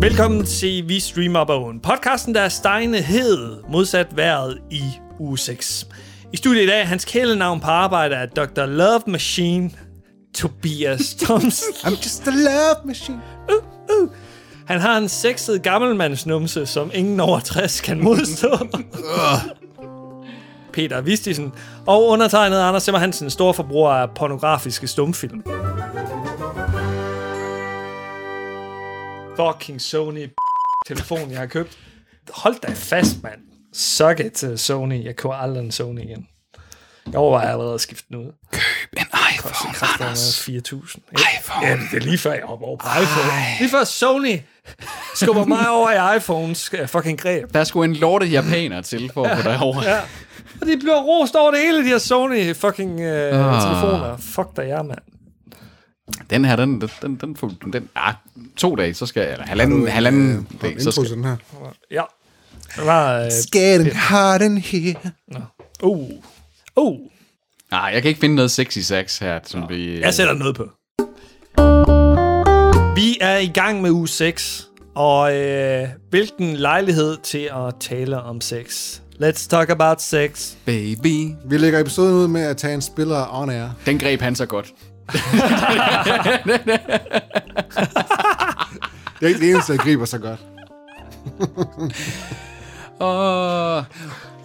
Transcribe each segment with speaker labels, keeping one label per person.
Speaker 1: Velkommen til Vi Streamer Baron, podcasten, der er stegne hed, modsat vejret i uge 6. I studiet i dag, hans kælenavn på arbejde er Dr. Love Machine, Tobias Thomsen.
Speaker 2: I'm just a love machine.
Speaker 1: Han har en sexet gammelmandsnumse, som ingen over 60 kan modstå. Peter Vistisen og undertegnet Anders Simmer Hansen, stor forbruger af pornografiske stumfilm. Fucking Sony b- telefon, jeg har købt. Hold da fast, mand. Suck it til Sony. Jeg køber aldrig en Sony igen. Jeg overvejer allerede at skifte den ud.
Speaker 2: En iPhone, Ah,
Speaker 1: Der er 4.000. ikke? Ja, det er lige før, jeg hopper over på iPhone. Lige før Sony skubber mig over i iPhones øh, fucking greb.
Speaker 3: Der skulle en lorte japaner til for at få dig over. Ja.
Speaker 1: Og de bliver rost over det hele, de her Sony fucking øh, telefoner. Fuck dig, jeg, mand.
Speaker 3: Den her, den, den, den, den, den, den ah, to dage, så skal jeg, eller halvanden, halvanden dag, så
Speaker 2: Intro
Speaker 3: skal
Speaker 2: til den her.
Speaker 1: Ja. Det var... Øh,
Speaker 2: It's getting hot in here.
Speaker 1: uh. Uh.
Speaker 3: Nej, Ah, jeg kan ikke finde noget sexy sex her, som vi...
Speaker 1: Jeg sætter noget på. Vi er i gang med uge 6, og øh, hvilken lejlighed til at tale om sex. Let's talk about sex.
Speaker 3: Baby.
Speaker 2: Vi lægger episoden ud med at tage en spiller on air.
Speaker 3: Den greb han så godt.
Speaker 2: Det er ikke det eneste, jeg griber så godt.
Speaker 3: Og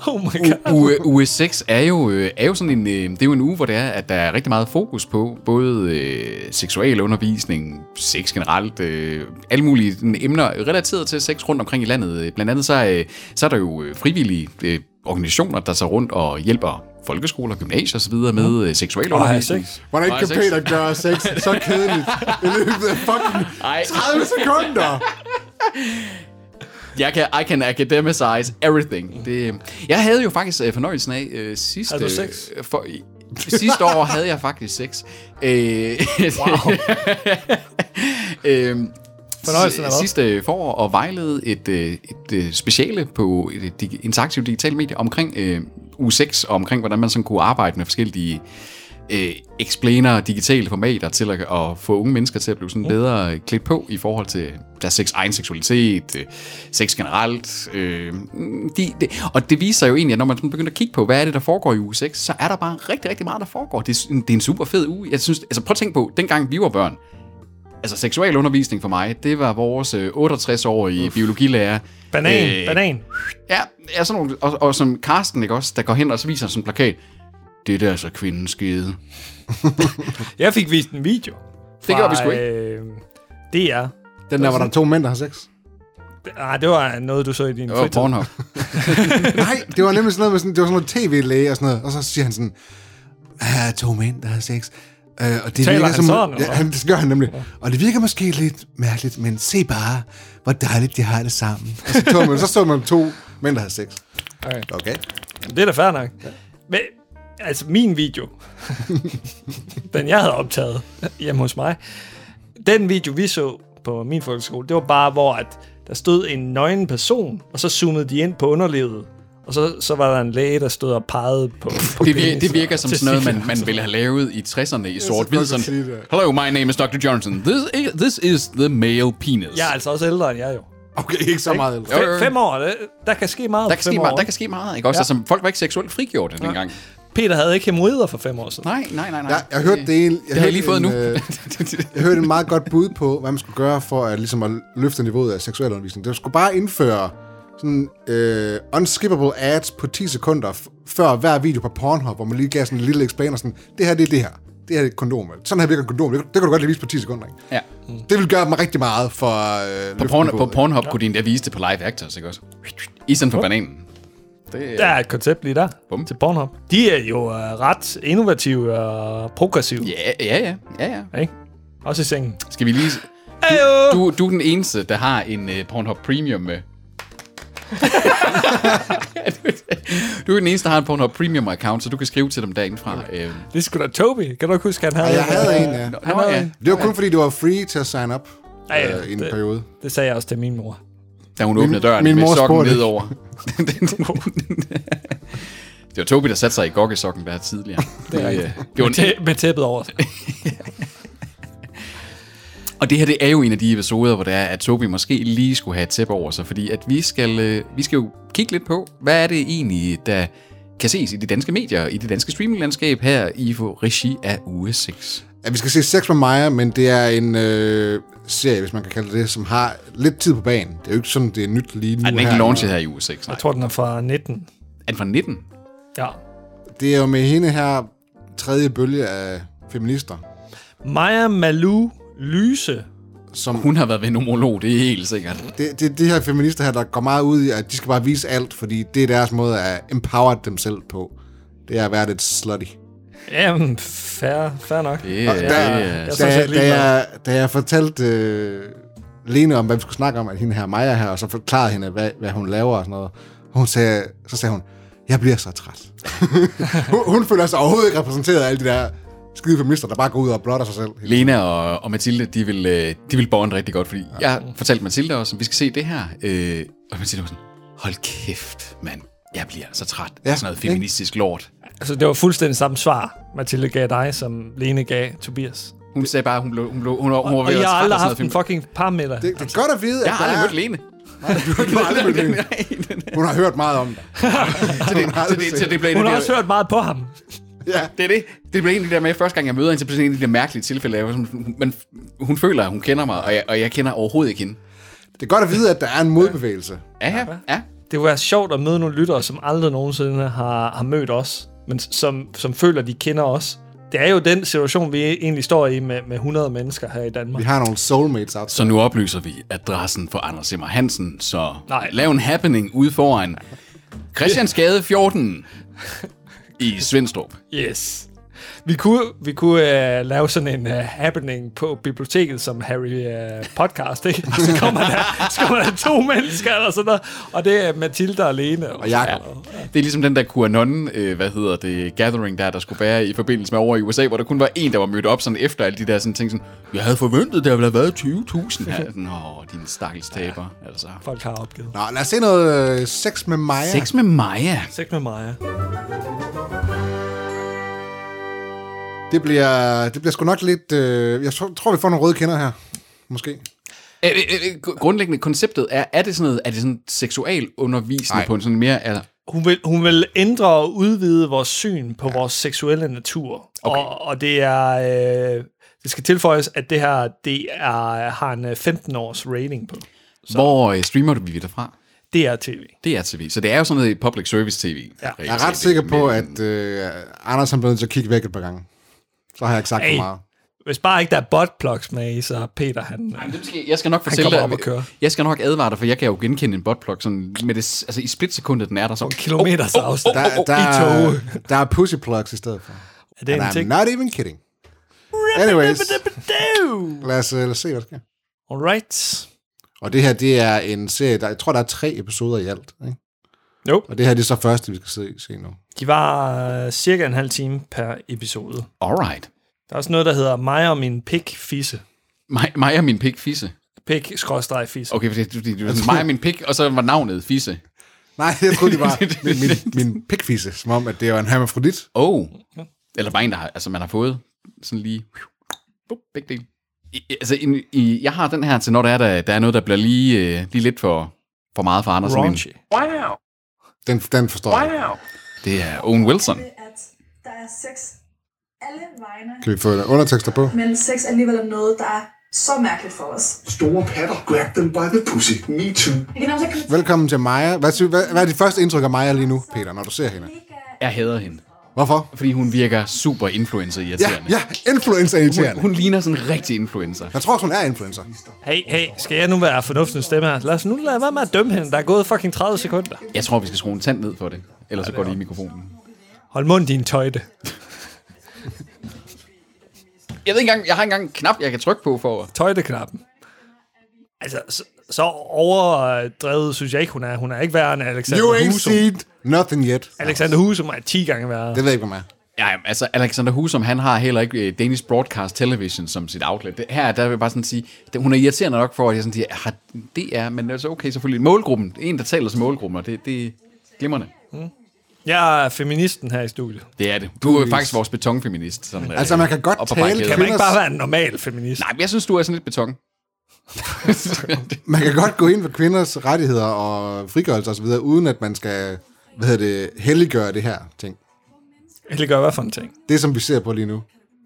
Speaker 1: Oh my god.
Speaker 3: uge, uge 6 er jo, øh, er jo sådan en... øh, Det er jo en uge, hvor det er, at der er rigtig meget fokus på både øh, seksuel undervisning, sex generelt, øh, alle mulige sådan, emner relateret til sex rundt omkring i landet. Øh, Blandt andet så, øh, så er der jo øh, frivillige øh, organisationer, der tager rundt og hjælper folkeskoler, gymnasier osv. med øh, seksuel
Speaker 1: Og have
Speaker 3: undervisning.
Speaker 1: sex.
Speaker 2: Hvordan
Speaker 3: Nej,
Speaker 2: kan
Speaker 3: sex.
Speaker 2: Peter gøre sex så kedeligt i løbet af fucking
Speaker 3: Ej.
Speaker 2: 30 sekunder?
Speaker 3: Jeg kan, I can academicize everything. Det, jeg havde jo faktisk øh, fornøjelsen af øh, sidste...
Speaker 1: Havde du sex?
Speaker 3: Øh, for, i- sidste år havde jeg faktisk sex. Øh, wow. øh,
Speaker 1: Fornøjelsen af hvad?
Speaker 3: Sidste forår øh, og vejlede et, øh, et øh, speciale på et, et dig- interaktivt digitalt medie omkring øh, uge 6, og omkring hvordan man sådan kunne arbejde med forskellige øh, explainer digitale formater til at, at få unge mennesker til at blive sådan bedre klædt på i forhold til deres sex, egen seksualitet, øh, sex generelt. Øh, mm, de, de, og det viser jo egentlig, at når man sådan begynder at kigge på, hvad er det, der foregår i uge 6, så er der bare rigtig, rigtig meget, der foregår. Det er, sådan- det er en super fed uge. Jeg synes, altså prøv at tænke på, dengang vi var børn, altså seksualundervisning for mig, det var vores øh, 68-årige biologilærer.
Speaker 1: Banan,
Speaker 3: Øh,
Speaker 1: banan.
Speaker 3: Ja, ja sådan nogle, og, og som Karsten, ikke også, der går hen og så viser sådan en plakat. Det der er så kvindens skede.
Speaker 1: Jeg fik vist en video.
Speaker 3: Det gør vi sgu ikke.
Speaker 1: Øh, det er.
Speaker 2: Den der, hvor der er to mænd, der har sex.
Speaker 1: Ah, det var noget, du så i din
Speaker 2: øh,
Speaker 3: Det var
Speaker 1: fritid.
Speaker 3: Pornhub.
Speaker 2: Nej, det var nemlig sådan noget med sådan, det var sådan noget tv-læge og sådan noget. Og så siger han sådan, her er to mænd, der har sex. Øh, og det
Speaker 1: Taler
Speaker 2: virker
Speaker 1: han
Speaker 2: som,
Speaker 1: sådan, eller
Speaker 2: ja, han, det gør han nemlig. Og det virker måske lidt mærkeligt, men se bare, hvor dejligt de har det sammen. Og så, tog man, så så man to mænd, der har sex.
Speaker 1: Okay.
Speaker 2: Okay.
Speaker 1: Det er da fair nok. Ja. Men, altså, min video, den jeg havde optaget hjemme hos mig, den video, vi så på min folkeskole, det var bare, hvor at der stod en nøgen person, og så zoomede de ind på underlivet, og så, så var der en læge, der stod og pegede på, på
Speaker 3: Det, vir-
Speaker 1: penis
Speaker 3: det virker
Speaker 1: og
Speaker 3: som sådan noget,
Speaker 1: testikler.
Speaker 3: man, man ville have lavet i 60'erne i sort-hvid.
Speaker 2: godt at sige
Speaker 3: Sådan,
Speaker 2: det.
Speaker 3: Hello, my name is Dr. Johnson. This is, this is the male penis.
Speaker 1: Jeg er altså også ældre end jeg jo.
Speaker 2: Okay, ikke så meget ældre.
Speaker 3: Jo,
Speaker 1: Fe-
Speaker 3: jo.
Speaker 1: fem år, det, der kan ske meget
Speaker 3: Der
Speaker 1: på
Speaker 3: kan,
Speaker 1: fem
Speaker 3: ske
Speaker 1: år.
Speaker 3: meget, der kan ske meget, ikke også?
Speaker 1: Ja.
Speaker 3: Ja. Altså, folk var ikke seksuelt frigjorte dengang.
Speaker 1: Peter havde ikke hemorrider for fem år siden.
Speaker 3: Nej, nej, nej, nej.
Speaker 2: Jeg, jeg hørte det en... Jeg
Speaker 3: Det har jeg lige fået
Speaker 2: en,
Speaker 3: nu.
Speaker 2: øh, jeg hørte en meget godt bud på, hvad man skulle gøre for at, ligesom at løfte niveauet af seksuel undervisning. Det skulle bare indføre sådan øh, unskippable ads på 10 sekunder f- før hver video på Pornhub, hvor man lige gav sådan en lille explainer sådan, det her det er det her. Det her er et kondom. Sådan her virker et kondom. Det, det kan du godt lige vise på 10 sekunder. Ikke?
Speaker 3: ja.
Speaker 2: Det vil gøre mig rigtig meget for øh,
Speaker 3: Mm. På, porn, på Pornhub kunne de endda vise det på live actors, ikke også? I stedet for bananen. Det,
Speaker 1: Der er et koncept lige der Bum.
Speaker 3: Bum.
Speaker 1: til Pornhub. De er jo uh, ret innovative og progressive.
Speaker 3: Ja, ja, ja, ja, ja.
Speaker 1: Ikke? Også i sengen.
Speaker 3: Skal vi lige...
Speaker 1: Ayo!
Speaker 3: Du, du er den eneste, der har en uh, Pornhub Premium med. du er den eneste, der har en Pornhub Premium-account, så du kan skrive til dem derindefra. Øh,
Speaker 1: Det skulle da Toby. Kan du ikke huske, han havde? øh,
Speaker 2: Ja, jeg havde en, ja.
Speaker 3: Nå, ja.
Speaker 2: Det var kun fordi, det var free til at sign up
Speaker 1: Ja, ja,
Speaker 2: øh, i en
Speaker 1: det-
Speaker 2: periode.
Speaker 1: Det sagde jeg også til min mor.
Speaker 3: Da hun åbnede døren
Speaker 2: min
Speaker 3: min
Speaker 2: mor
Speaker 3: med sokken
Speaker 2: spurgte ikke.
Speaker 3: nedover. det var Tobi, der satte sig i gokkesokken der tidligere. Det, øh, det var en,
Speaker 1: Tæ- med tæppet over.
Speaker 3: Og det her, det er jo en af de episoder, hvor det er, at Tobi måske lige skulle have et tæppe over sig, fordi at vi skal, øh, vi skal jo kigge lidt på, hvad er det egentlig, der kan ses i de danske medier, i det danske streaminglandskab her i regi af uge 6.
Speaker 2: Ja, vi skal se Sex med Maja, men det er en øh, serie, hvis man kan kalde det det, som har lidt tid på banen. Det er jo ikke sådan, det er nyt lige nu
Speaker 3: Ej, den er
Speaker 2: her.
Speaker 3: ikke launchet her i uge 6, nej.
Speaker 1: Jeg tror, den er fra 19.
Speaker 3: Er den fra 19?
Speaker 1: Ja.
Speaker 2: Det er jo med hende her tredje bølge af feminister,
Speaker 1: Maja Malou Lyse.
Speaker 2: som
Speaker 3: Hun har været ved en homolog, det er helt sikkert.
Speaker 2: det, det, det her feminister her, der går meget ud i, at de skal bare vise alt, fordi det er deres måde at empower dem selv på. Det er at være lidt slutty.
Speaker 1: Jamen, fair, fair nok.
Speaker 3: Det er, det er,
Speaker 1: Jeg er
Speaker 2: da,
Speaker 1: sådan set
Speaker 2: jeg, da,
Speaker 1: ligeglad.
Speaker 2: jeg, da jeg fortalte øh, Lene om, hvad vi skulle snakke om, at hende her Maja her, og så forklarede hende, hvad, hvad hun laver og sådan noget, og hun sagde, så sagde hun, jeg bliver så træt. hun, hun føler sig overhovedet ikke repræsenteret af alle de der skide feminister, der bare går ud og blotter sig selv.
Speaker 3: Lena og, og Mathilde, de vil, øh, de vil bonde rigtig godt, fordi jeg fortalte Mathilde også, at vi skal se det her. Øh, og Mathilde var sådan, hold kæft, mand. Jeg bliver så træt
Speaker 2: Ja,
Speaker 3: af sådan noget
Speaker 2: ikke?
Speaker 3: feministisk lort.
Speaker 1: Altså, det var fuldstændig samme svar, Mathilde gav dig, som Lene gav Tobias.
Speaker 3: Hun sagde bare, hun blev, hun blev, hun, var- hun var
Speaker 1: Og
Speaker 3: ved
Speaker 1: jeg
Speaker 3: at være
Speaker 1: har
Speaker 3: træt af
Speaker 1: aldrig
Speaker 3: sådan noget
Speaker 1: haft en
Speaker 3: feministisk.
Speaker 1: fucking par med dig.
Speaker 2: Det, det er godt at vide, at
Speaker 3: Jeg har aldrig
Speaker 2: der
Speaker 3: mødt
Speaker 2: er,
Speaker 3: Lene.
Speaker 2: du har aldrig mødt Lene.
Speaker 3: Nej, den er-
Speaker 2: Hun har hørt meget om dig.
Speaker 3: så det- så det- så det bliver en
Speaker 1: Hun
Speaker 3: af
Speaker 1: har
Speaker 3: de-
Speaker 1: også hørt meget på ham.
Speaker 2: Ja.
Speaker 3: Det er det. Det blev egentlig der med, at første gang jeg møder hende, så blev det en af de der mærkelige tilfælde. Jeg var sådan, men hun føler, at hun kender mig, og jeg, og jeg kender overhovedet ikke hende.
Speaker 2: Det er godt at vide, at der er en modbevægelse.
Speaker 3: Ja, ja, ja.
Speaker 1: Det kunne være sjovt at møde nogle lyttere, som aldrig nogensinde har, har mødt os, men som, som føler, de kender os. Det er jo den situation, vi egentlig står i med, med 100 mennesker her i Danmark.
Speaker 2: Vi har nogle soulmates out
Speaker 3: Så nu oplyser vi adressen for Anders Simmer Hansen, så
Speaker 1: Nej.
Speaker 3: lav en happening ude foran Christiansgade 14 i Svendstrup.
Speaker 1: Yes. Vi kunne, vi kunne uh, lave sådan en uh, happening på biblioteket som Harry uh, podcast, ikke? Og så kommer der, så kommer der to mennesker eller sådan noget, og det er Mathilde og Lene.
Speaker 2: Og Jakob.
Speaker 3: Det er ligesom den der QAnon, øh, hvad hedder det, gathering der, der skulle være i forbindelse med over i USA, hvor der kun var en, der var mødt op sådan efter alle de der sådan ting, sådan, jeg havde forventet, der ville have været 20.000. Ja, sådan, Åh, din stakkels taber, altså.
Speaker 1: Folk har opgivet.
Speaker 2: Nå, lad os se noget øh, sex med Maja.
Speaker 3: Sex med Maja.
Speaker 1: Sex med Maja.
Speaker 2: Det bliver, det bliver sgu nok lidt... Øh, jeg tror, tror, vi får nogle røde kender her. Måske.
Speaker 3: Øh, øh, øh, gr- Grundlæggende konceptet er, er det sådan noget, er det sådan seksual undervisning på en sådan mere, altså,
Speaker 1: Hun vil, hun vil ændre og udvide vores syn på vores seksuelle natur. Okay. Og, og det er... Øh, det skal tilføjes, at det her det er, har en øh, 15-års rating på.
Speaker 3: hvor øh, streamer du vi det fra?
Speaker 1: Det er tv.
Speaker 3: Det er TV. Så det er jo sådan noget public service TV.
Speaker 1: Ja.
Speaker 2: Jeg er ret sikker på, at øh, Anders han blev nødt til at kigge væk et par gange. Så har jeg ikke sagt
Speaker 1: Hey.
Speaker 2: for meget.
Speaker 1: Hvis bare ikke der er botplugs med i, så Peter han... Øh,
Speaker 3: Jeg skal nok fortælle
Speaker 1: kommer
Speaker 3: dig,
Speaker 1: op og kører.
Speaker 3: jeg skal nok advare dig, for jeg kan jo genkende en botplug sådan med det, altså i splitsekundet, den er der så.
Speaker 1: kilometers oh, afstand.
Speaker 2: Der,
Speaker 1: Oh, oh, I
Speaker 2: der,
Speaker 1: tog.
Speaker 2: der er pussy plugs i stedet for.
Speaker 1: Er det
Speaker 2: And
Speaker 1: en
Speaker 2: I'm
Speaker 1: ting?
Speaker 2: not even kidding. Anyways,
Speaker 1: Ribbidibbidibbidoo.
Speaker 2: lad os, øh, lad os se, hvad der sker.
Speaker 1: Alright.
Speaker 2: Og det her, det er en serie, der, jeg tror, der er tre episoder i alt. Ikke?
Speaker 1: Jo.
Speaker 2: Og det her, det er så første, vi skal se, se nu.
Speaker 1: De var øh, cirka en halv time per episode.
Speaker 3: Alright.
Speaker 1: Der er også noget, der hedder mig og min pik fisse.
Speaker 3: Mig, mig og min pik fisse.
Speaker 1: Pik skråstreg fisse.
Speaker 3: Okay, for det, det, det, det mig og min pik, og så var navnet fisse.
Speaker 2: Nej, jeg troede, det var min, min, min pikfisse, som om, at det var en hermafrodit.
Speaker 3: Oh. Eller bare en, der har, altså, man har fået sådan lige... Bup, begge dele. I, altså, i, i, jeg har den her til, når der er, der, der er noget, der bliver lige, øh, lige lidt for, for meget for Anders.
Speaker 1: Raunchy.
Speaker 2: Den, den forstår jeg.
Speaker 3: Det er Owen Wilson.
Speaker 4: at der er sex alle vegne,
Speaker 2: Kan vi få undertekster på?
Speaker 4: men sex er alligevel noget, der er så mærkeligt for os.
Speaker 5: Store patter, grab them by the pussy. Me too.
Speaker 4: Vi kan også komme til
Speaker 2: Velkommen til Maja. Hvad, sy- hvad, hvad er dit første indtryk af Maja lige nu, Peter, når du ser hende?
Speaker 3: Jeg hader hende.
Speaker 2: Hvorfor?
Speaker 3: Fordi hun virker super
Speaker 2: Ja,
Speaker 3: influencer-irriterende.
Speaker 2: ja, influencer irriterende.
Speaker 3: Hun, hun ligner sådan en rigtig influencer.
Speaker 2: Jeg tror også, hun er influencer.
Speaker 1: Hey, hey, skal jeg nu være fornuftens stemme her? Lad os nu lade være med at dømme hende. Der er gået fucking 30 sekunder.
Speaker 3: Jeg tror, vi skal skrue en tand ned for det. Ellers så går det i mikrofonen.
Speaker 1: Hold mund, din tøjte.
Speaker 3: Jeg ved ikke engang, jeg har ikke engang en knap, jeg kan trykke på for.
Speaker 1: Tøjteknappen. Altså, så, så overdrevet synes jeg ikke, hun er. Hun er ikke værre end Alexander
Speaker 2: You ain't
Speaker 1: Husum.
Speaker 2: seen nothing yet.
Speaker 1: Alexander Husum er 10 gange værre.
Speaker 2: Det ved jeg ikke, hvad man er.
Speaker 3: Ja, jamen, altså Alexander Husum, han har heller ikke øh, Danish Broadcast Television som sit outlet. Det, her, der vil jeg bare sådan sige, det, hun er irriterende nok for, at jeg sådan siger, har det er, men altså okay selvfølgelig. Målgruppen, en der taler til målgruppen, og det, det er glimrende.
Speaker 1: Jeg er feministen her i studiet.
Speaker 3: Det er det. Du er faktisk vores betonfeminist. Sådan,
Speaker 2: Altså, man kan godt
Speaker 3: op på
Speaker 2: tale-
Speaker 3: barrikaderne.
Speaker 1: Kan man ikke bare være en normal feminist?
Speaker 3: Nej, men jeg synes, du er sådan lidt beton.
Speaker 2: Man kan godt gå ind for kvinders rettigheder og frigørelse osv., uden at man skal hvad hedder det, helliggøre det her ting.
Speaker 1: Eller gør hvad for en ting?
Speaker 2: Det, som vi ser på lige nu.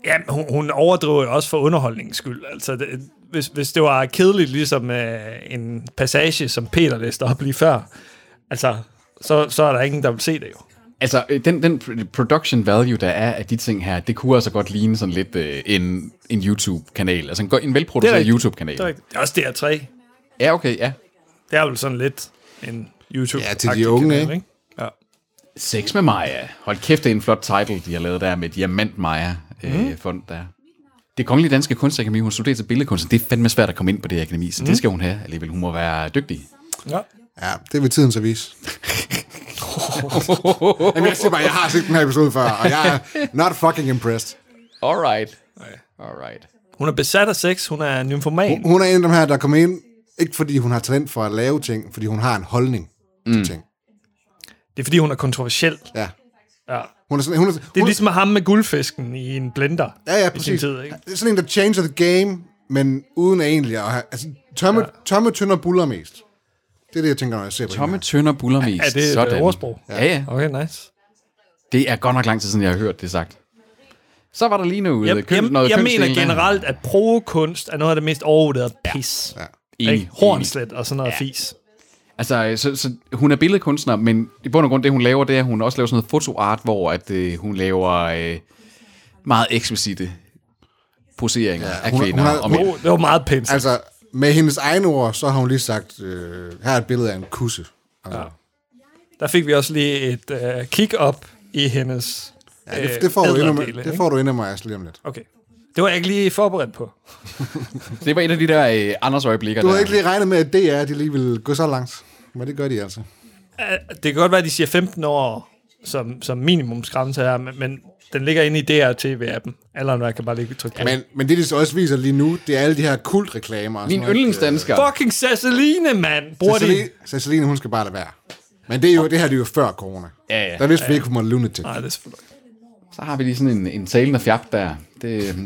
Speaker 1: Ja, hun, hun overdriver jo også for underholdningens skyld. Altså, det, hvis, hvis det var kedeligt, ligesom øh, en passage, som Peter læste op lige før, altså, så, så er der ingen, der vil se det jo.
Speaker 3: altså, øh, den, den pr- production value, der er af de ting her, det kunne altså godt ligne sådan lidt øh, en, en YouTube-kanal. Altså en, go- en
Speaker 1: Det er
Speaker 3: velproduceret
Speaker 1: rigtigt.
Speaker 3: YouTube-kanal.
Speaker 1: Det er rigtigt. Det er også DR3.
Speaker 3: Ja, okay, ja.
Speaker 1: Det er vel sådan lidt en youtube
Speaker 2: Ja, til de unge, ikke?
Speaker 1: Ja.
Speaker 3: Sex med Maja. Hold kæft, det er en flot title, de har lavet der med Diamant Maja øh,
Speaker 1: Mhm.
Speaker 3: fond der. Det kongelige danske kunstakademi, hun studerer til billedkunst. Det er fandme svært at komme ind på det her akademi, så mm.
Speaker 1: Mhm.
Speaker 3: det skal hun have alligevel. Hun må være dygtig.
Speaker 1: ja.
Speaker 2: Ja, det vil tiden så vise. Jamen, jeg siger bare, jeg har set den her episode før, og jeg er not fucking impressed.
Speaker 3: Alright. Alright.
Speaker 1: Hun er besat af sex, hun er nymfoman.
Speaker 2: Hun er en af dem her, der kommer ind, ikke fordi hun har talent for at lave ting, fordi hun har en holdning mm. til ting.
Speaker 1: Det er fordi, hun er kontroversiel.
Speaker 2: Ja.
Speaker 1: Ja.
Speaker 2: Hun er sådan, hun er, hun,
Speaker 1: Det er ligesom ham med guldfisken i en blender.
Speaker 2: ja, ja,
Speaker 1: I sin
Speaker 2: præcis.
Speaker 1: tid, ikke?
Speaker 2: Det er sådan en, der changer the game, men uden at egentlig at have... Altså, tomme, ja. tomme tynder buller mest. Det er det, jeg tænker, når jeg ser på
Speaker 3: Tomme
Speaker 2: hende
Speaker 3: tønder buller mest.
Speaker 1: Er det et
Speaker 3: Sådan.
Speaker 1: øh, ordsprog?
Speaker 3: Ja, ja.
Speaker 1: Okay, nice.
Speaker 3: Det er godt nok lang tid siden, jeg har hørt det sagt. Så var der lige noget
Speaker 1: Jeg,
Speaker 3: køn-
Speaker 1: jeg,
Speaker 3: noget
Speaker 1: jeg
Speaker 3: kønsdeling
Speaker 1: mener
Speaker 3: der.
Speaker 1: generelt, at provokunst er noget af det mest overvurderede pis. Ja.
Speaker 3: Enig,
Speaker 1: Ikke?
Speaker 3: enig.
Speaker 1: Hornslet og sådan noget ja. fis.
Speaker 3: Altså, øh, så, så hun er billedkunstner, men i bund og grund det, hun laver, det er, at hun også laver sådan noget fotoart, hvor at, øh, hun laver øh, meget eksplicite poseringer ja, af
Speaker 2: hun-
Speaker 3: kvinder.
Speaker 2: hun har-
Speaker 3: og mænd.
Speaker 1: Oh, det var meget pænt. Altså,
Speaker 2: Altså, med hendes egne ord, så har hun lige sagt, øh, her er et billede af en kusse. Altså,
Speaker 1: der fik vi også lige et øh, kick-up i hendes
Speaker 2: ja, det, det, får du endnu,
Speaker 1: ædlerdele,
Speaker 2: det
Speaker 1: ikke?
Speaker 2: får du endnu mig lige om lidt.
Speaker 1: Okay. Det var jeg ikke lige forberedt på.
Speaker 3: Det var et af de der øh, Anders øjeblikker.
Speaker 2: Du
Speaker 3: der.
Speaker 2: havde ikke lige regnet med, at DR de lige ville gå så langt. Men det gør de altså.
Speaker 1: Øh, Det kan godt være, at de siger 15 år som, som minimumsgrænse her, men, men den ligger inde i DR-TV-appen. Alderen der kan bare lige trykke på.
Speaker 2: Men, men det, de så også viser lige nu, det er alle de her kultreklamer. og sådan
Speaker 3: Min
Speaker 2: noget.
Speaker 3: yndlingsdansker.
Speaker 1: Fucking Sasseline, mand! Bruger de...
Speaker 2: Cecilie, Cecilie, hun skal bare lade være. Men det, er jo, det her det er jo før corona.
Speaker 3: Ja, ja.
Speaker 2: Der vidste vi ikke, hun var lunatic.
Speaker 1: Nej, det er selvfølgelig ikke.
Speaker 3: Så har vi lige sådan en, en talen og fjap der. Det, øh,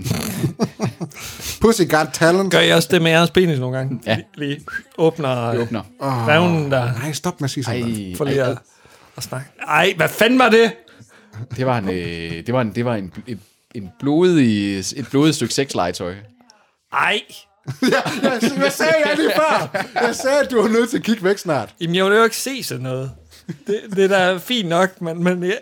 Speaker 2: Pussy got talent.
Speaker 1: Gør I også det med jeres penis nogle gange?
Speaker 3: Ja.
Speaker 1: Lige, lige åbner øh,
Speaker 3: det åbner.
Speaker 1: revnen der
Speaker 2: Nej, stop med at sige sådan noget.
Speaker 3: Ej,
Speaker 1: for lige
Speaker 3: ej,
Speaker 1: at, at snakke. Ej, hvad fanden var det?
Speaker 3: det var en, øh, det var en, det var en, et, en blodig, et blodigt stykke sexlegetøj.
Speaker 1: Ej!
Speaker 2: Jeg, jeg sagde jeg lige før. Jeg sagde, at du var nødt til at kigge væk snart.
Speaker 1: Jamen, jeg ville jo ikke se sådan noget. Det, det er da fint nok, men, men jeg,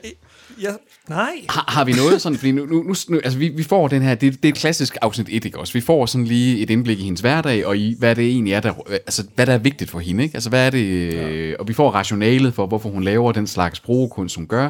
Speaker 1: jeg... Nej.
Speaker 3: Har, har vi noget sådan, fordi nu, nu, nu, nu altså vi, vi får den her, det, det er et klassisk afsnit 1, ikke også? Vi får sådan lige et indblik i hendes hverdag, og i hvad det egentlig er, der, altså hvad der er vigtigt for hende, ikke? Altså hvad er det, ja. og vi får rationalet for, hvorfor hun laver den slags brugekunst, hun gør.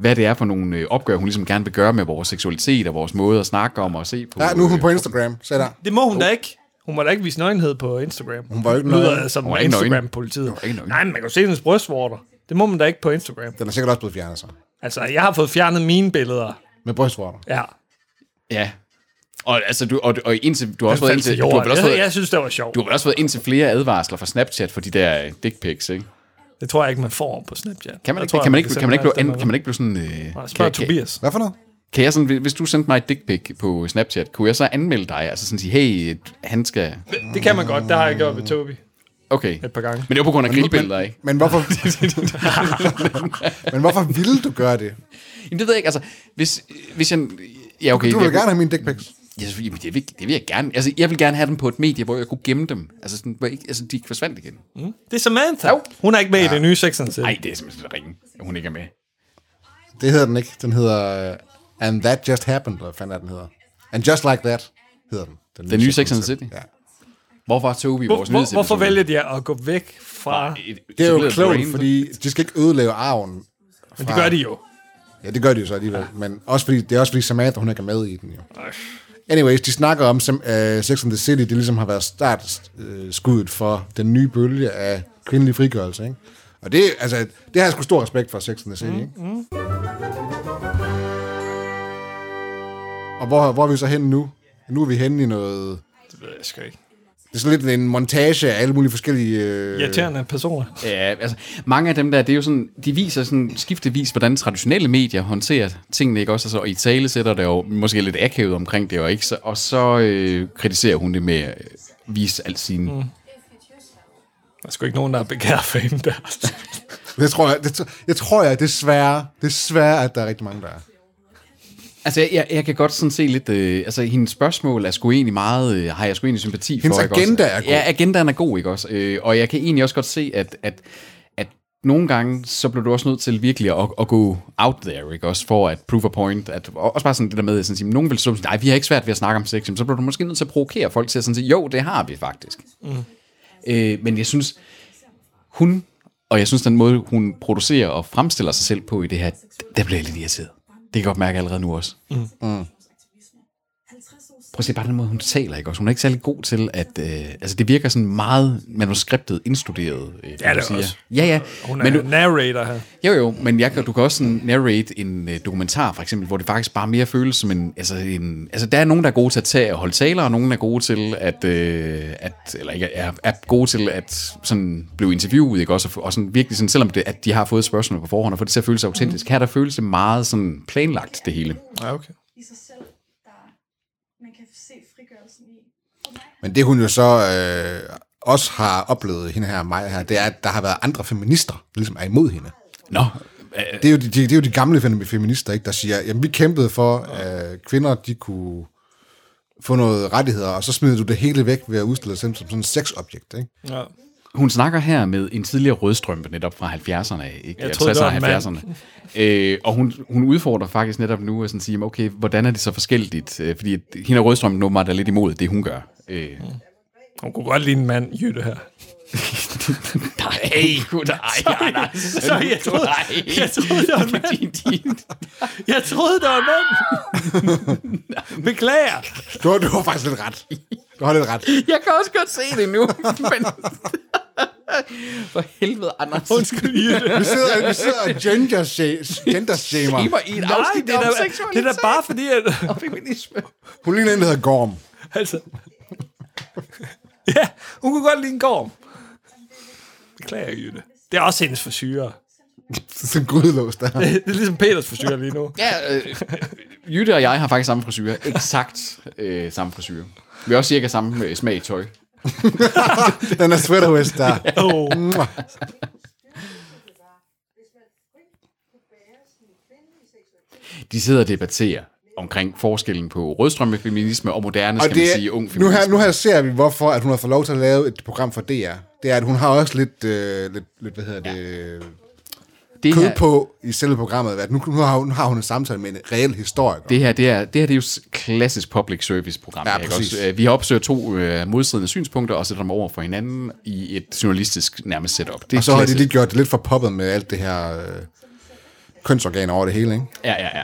Speaker 3: Hvad det er for nogle øh, opgør, hun ligesom gerne vil gøre med vores seksualitet og vores måde at snakke om og se på.
Speaker 2: Ja, nu er hun
Speaker 3: øh,
Speaker 2: på Instagram. Se der.
Speaker 1: Det må hun da ikke. Hun må da ikke vise nøgenhed på Instagram. Hun
Speaker 2: var jo ikke
Speaker 1: Lyder
Speaker 2: nøgen.
Speaker 1: som
Speaker 3: Hun var ikke nøgen.
Speaker 1: Instagram-politiet.
Speaker 3: var ikke nøgen.
Speaker 1: Nej, men man kan jo se hendes brystvorter. Det må man da ikke på Instagram.
Speaker 2: Den er sikkert også blevet fjernet så.
Speaker 1: Altså, jeg har fået fjernet mine billeder.
Speaker 2: Med brystvorter.
Speaker 1: Ja.
Speaker 3: øh, Ja. Og, altså, du, og, og indtil, du har også fået
Speaker 1: Faldt til
Speaker 3: indtil, du har vel
Speaker 1: jorden.
Speaker 3: også
Speaker 1: Jeg,
Speaker 3: fået,
Speaker 1: jeg synes, det var sjovt.
Speaker 3: du har vel også fået indtil flere advarsler fra Snapchat for de der øh, dick pics, ikke?
Speaker 1: Det tror jeg ikke, man får på Snapchat.
Speaker 3: Kan man,
Speaker 1: Jeg
Speaker 3: ikke,
Speaker 1: tror,
Speaker 3: kan, man ikke,
Speaker 1: sende
Speaker 3: kan, man ikke
Speaker 1: den
Speaker 3: blive, an-
Speaker 1: afsted
Speaker 3: kan man ikke blive sådan... Øh,
Speaker 1: med- Spørg
Speaker 3: kan,
Speaker 1: Tobias.
Speaker 2: Hvad for noget?
Speaker 3: Kan jeg sådan, hvis- hvis du sendte mig et dick pic på Snapchat, kunne jeg så anmelde dig? Altså sådan sige, hey, øh, han skal...
Speaker 1: Det kan man godt. Det har jeg gjort ved Tobi
Speaker 3: Okay.
Speaker 1: et par gange.
Speaker 3: Men det var på grund af grillbilleder, ikke?
Speaker 2: Men hvorfor, men hvorfor ville du gøre det?
Speaker 3: Jamen, det ved jeg ikke, altså... Hvis, hvis jeg... Ja, okay.
Speaker 2: Du vil
Speaker 3: jeg,
Speaker 2: gerne have mine dick pics.
Speaker 3: Ja, selvfølgelig, jamen, det, vil, det vil jeg gerne. Altså, jeg vil gerne have dem på et medie, hvor jeg kunne gemme dem. Altså, sådan, hvor jeg ikke, altså de ikke forsvandt igen.
Speaker 1: Det er Samantha.
Speaker 3: Jo.
Speaker 1: Hun er ikke med ja. i det nye Sex and City.
Speaker 3: Nej, det er simpelthen ringe, at hun ikke er med.
Speaker 2: Det hedder den ikke. Den hedder øh, And That Just Happened, eller hvad fanden er den hedder. And Just Like That hedder den.
Speaker 3: Den nye Sex and the City.
Speaker 2: Ja.
Speaker 3: Hvorfor er Tobi
Speaker 1: Hvor,
Speaker 3: vores
Speaker 1: hvor,
Speaker 3: nyhedsepisode?
Speaker 1: hvorfor vælger de at gå væk fra...
Speaker 3: Et-
Speaker 2: Det er jo
Speaker 3: isoleret
Speaker 2: klogt,
Speaker 3: brain,
Speaker 2: fordi de skal ikke ødelægge arven.
Speaker 1: Men det gør de jo.
Speaker 2: Ja, det gør de jo så alligevel. Ja. Men også fordi, det er også fordi Samantha, hun ikke er med i den jo. Anyways, de snakker om som, uh, Sex and the City, det ligesom har været startskuddet for den nye bølge af kvindelig frigørelse, ikke? Og det, altså, det har jeg sgu stor respekt for, Sex and the City, mm, ikke? Mm. Og hvor, hvor er vi så henne nu? Nu er vi henne i noget...
Speaker 1: Det ved jeg sgu ikke.
Speaker 2: Det er sådan lidt en montage af alle mulige forskellige... Øh,
Speaker 1: Irriterende personer.
Speaker 3: Ja, altså, mange af dem der, det er jo sådan, de viser sådan skiftevis, hvordan traditionelle medier håndterer tingene, ikke også? Altså, og i tale sætter det jo måske lidt akavet omkring det, og, ikke? Så, og så øh, kritiserer hun det med at øh, vise alt sin... Mm.
Speaker 1: Der er sgu ikke nogen, der begærer fame der.
Speaker 2: Det tror jeg, det, jeg tror jeg desværre, desværre, at der er rigtig mange, der er.
Speaker 3: Altså, jeg, jeg kan godt sådan se lidt... Øh, altså, hendes spørgsmål er sgu egentlig meget... Øh, har jeg sgu egentlig sympati
Speaker 2: Hendes
Speaker 3: for, ikke også?
Speaker 2: agenda er god.
Speaker 3: Ja, agendaen er god, ikke også? Øh, og jeg kan egentlig også godt se, at, at, at nogle gange, så bliver du også nødt til virkelig at, at gå out there, ikke også? For at prove a point. At, og også bare sådan det der med, at sådan, sige, nogen vil stå og sige, nej, vi har ikke svært ved at snakke om sex. Jamen, Så bliver du måske nødt til at provokere folk til at sådan sige, jo, det har vi faktisk. Mm. Øh, men jeg synes, hun... Og jeg synes, den måde, hun producerer og fremstiller sig selv på i det her, der bliver jeg lidt irriteret. Det kan jeg godt mærke allerede nu også.
Speaker 1: Mm.
Speaker 3: Prøv at se bare den måde, hun taler, ikke også? Hun er ikke særlig god til at... Øh, altså, det virker sådan meget manuskriptet, indstuderet. Øh, ja,
Speaker 1: det er også.
Speaker 3: Ja, ja.
Speaker 1: Hun er
Speaker 3: men,
Speaker 1: men
Speaker 3: du,
Speaker 1: du... narrator her.
Speaker 3: jo, jo, men jeg, kan- du kan også sådan narrate en øh, dokumentar, for eksempel, hvor det faktisk bare mere føles som en... Altså, en, altså der er nogen, der er gode til at tage og holde taler, og nogen er gode til at... Øh, at eller ikke, er, er gode til at sådan blive interviewet, ikke også? Og, og sådan virkelig sådan, selvom det, at de har fået spørgsmål på forhånd, og få det til at føles autentisk. Her der føles det meget sådan planlagt, det hele.
Speaker 1: Ja, okay.
Speaker 4: i sig selv, der man kan se frigørelsen i. For mig
Speaker 2: Men det hun jo så øh, også har oplevet, hende her mig her, det er, at der har været andre feminister, der ligesom er imod hende.
Speaker 3: Nå,
Speaker 2: Det er jo de, de, det er jo de gamle fem- feminister, ikke, der siger, jamen vi kæmpede for, at øh, kvinder de kunne få noget rettigheder, og så smider du det hele væk ved at udstille dem som sådan et sexobjekt. Ikke?
Speaker 1: Ja.
Speaker 3: Hun snakker her med en tidligere rødstrømpe netop fra 70'erne, ikke?
Speaker 1: Jeg troede, det var en
Speaker 3: 60'erne, 70'erne. Øh, og hun, hun udfordrer faktisk netop nu at sådan sige, okay, hvordan er det så forskelligt? Øh, Fordi at hende og rødstrømpen åbenbart er lidt imod det, hun gør. Øh,
Speaker 1: Hun kunne godt lide en mand, Jytte her.
Speaker 3: nej, gud, nej, Anders.
Speaker 1: sorry, jeg troede-
Speaker 3: Nej.
Speaker 1: jeg troede, det var en mand.
Speaker 3: Din- din-
Speaker 1: Jeg troede, der var en mand. Beklager.
Speaker 2: Du, har- du har faktisk lidt ret. Du har lidt ret.
Speaker 3: Jeg kan også godt se det nu, men... For helvede, Anders.
Speaker 1: Undskyld, Jytte.
Speaker 2: Vi sidder, vi sidder og gender, shame, gender shamer.
Speaker 3: Timer i et
Speaker 1: Nej,
Speaker 3: afsnit
Speaker 1: det er,
Speaker 3: om
Speaker 1: da, det er da
Speaker 3: seksualitet
Speaker 1: bare fordi, at...
Speaker 3: og feminisme.
Speaker 2: Hun ligner en, der hedder Gorm.
Speaker 1: Altså, ja, hun kunne godt lide en gorm. Beklager, Jytte. Det er også hendes forsyre.
Speaker 2: Sådan en grydelås der.
Speaker 1: Det er ligesom Peters forsyre lige nu.
Speaker 3: Ja, øh, Jytte og jeg har faktisk samme frisyr. Exakt øh, samme frisyr. Vi har også cirka samme øh, smag i tøj.
Speaker 2: Den er sweater vest der.
Speaker 1: Oh.
Speaker 2: Mwah.
Speaker 3: De sidder og debatterer omkring forskellen på rødstrømmefeminisme og moderne,
Speaker 2: Og
Speaker 3: skal man
Speaker 2: det,
Speaker 3: sige, ung
Speaker 2: nu,
Speaker 3: feminisme.
Speaker 2: her, nu her ser vi, hvorfor at hun har fået lov til at lave et program for DR. Det er, at hun har også lidt, øh, lidt, lidt hvad hedder det,
Speaker 3: det,
Speaker 2: kød
Speaker 3: her,
Speaker 2: på i selve programmet. At nu, nu, har, hun- nu har hun en samtale med en reel historiker.
Speaker 3: det, her, det, er, det her det er jo s- klassisk public service program.
Speaker 2: Ja,
Speaker 3: ikke
Speaker 2: præcis.
Speaker 3: også? Øh, Vi har opsøgt to øh, modstridende synspunkter og sætter dem over for hinanden i et journalistisk nærmest setup. Det er
Speaker 2: og så har de
Speaker 3: klassisk.
Speaker 2: lige gjort det lidt for poppet med alt det her øh, kønsorganer over det hele, ikke?
Speaker 3: Ja, ja, ja.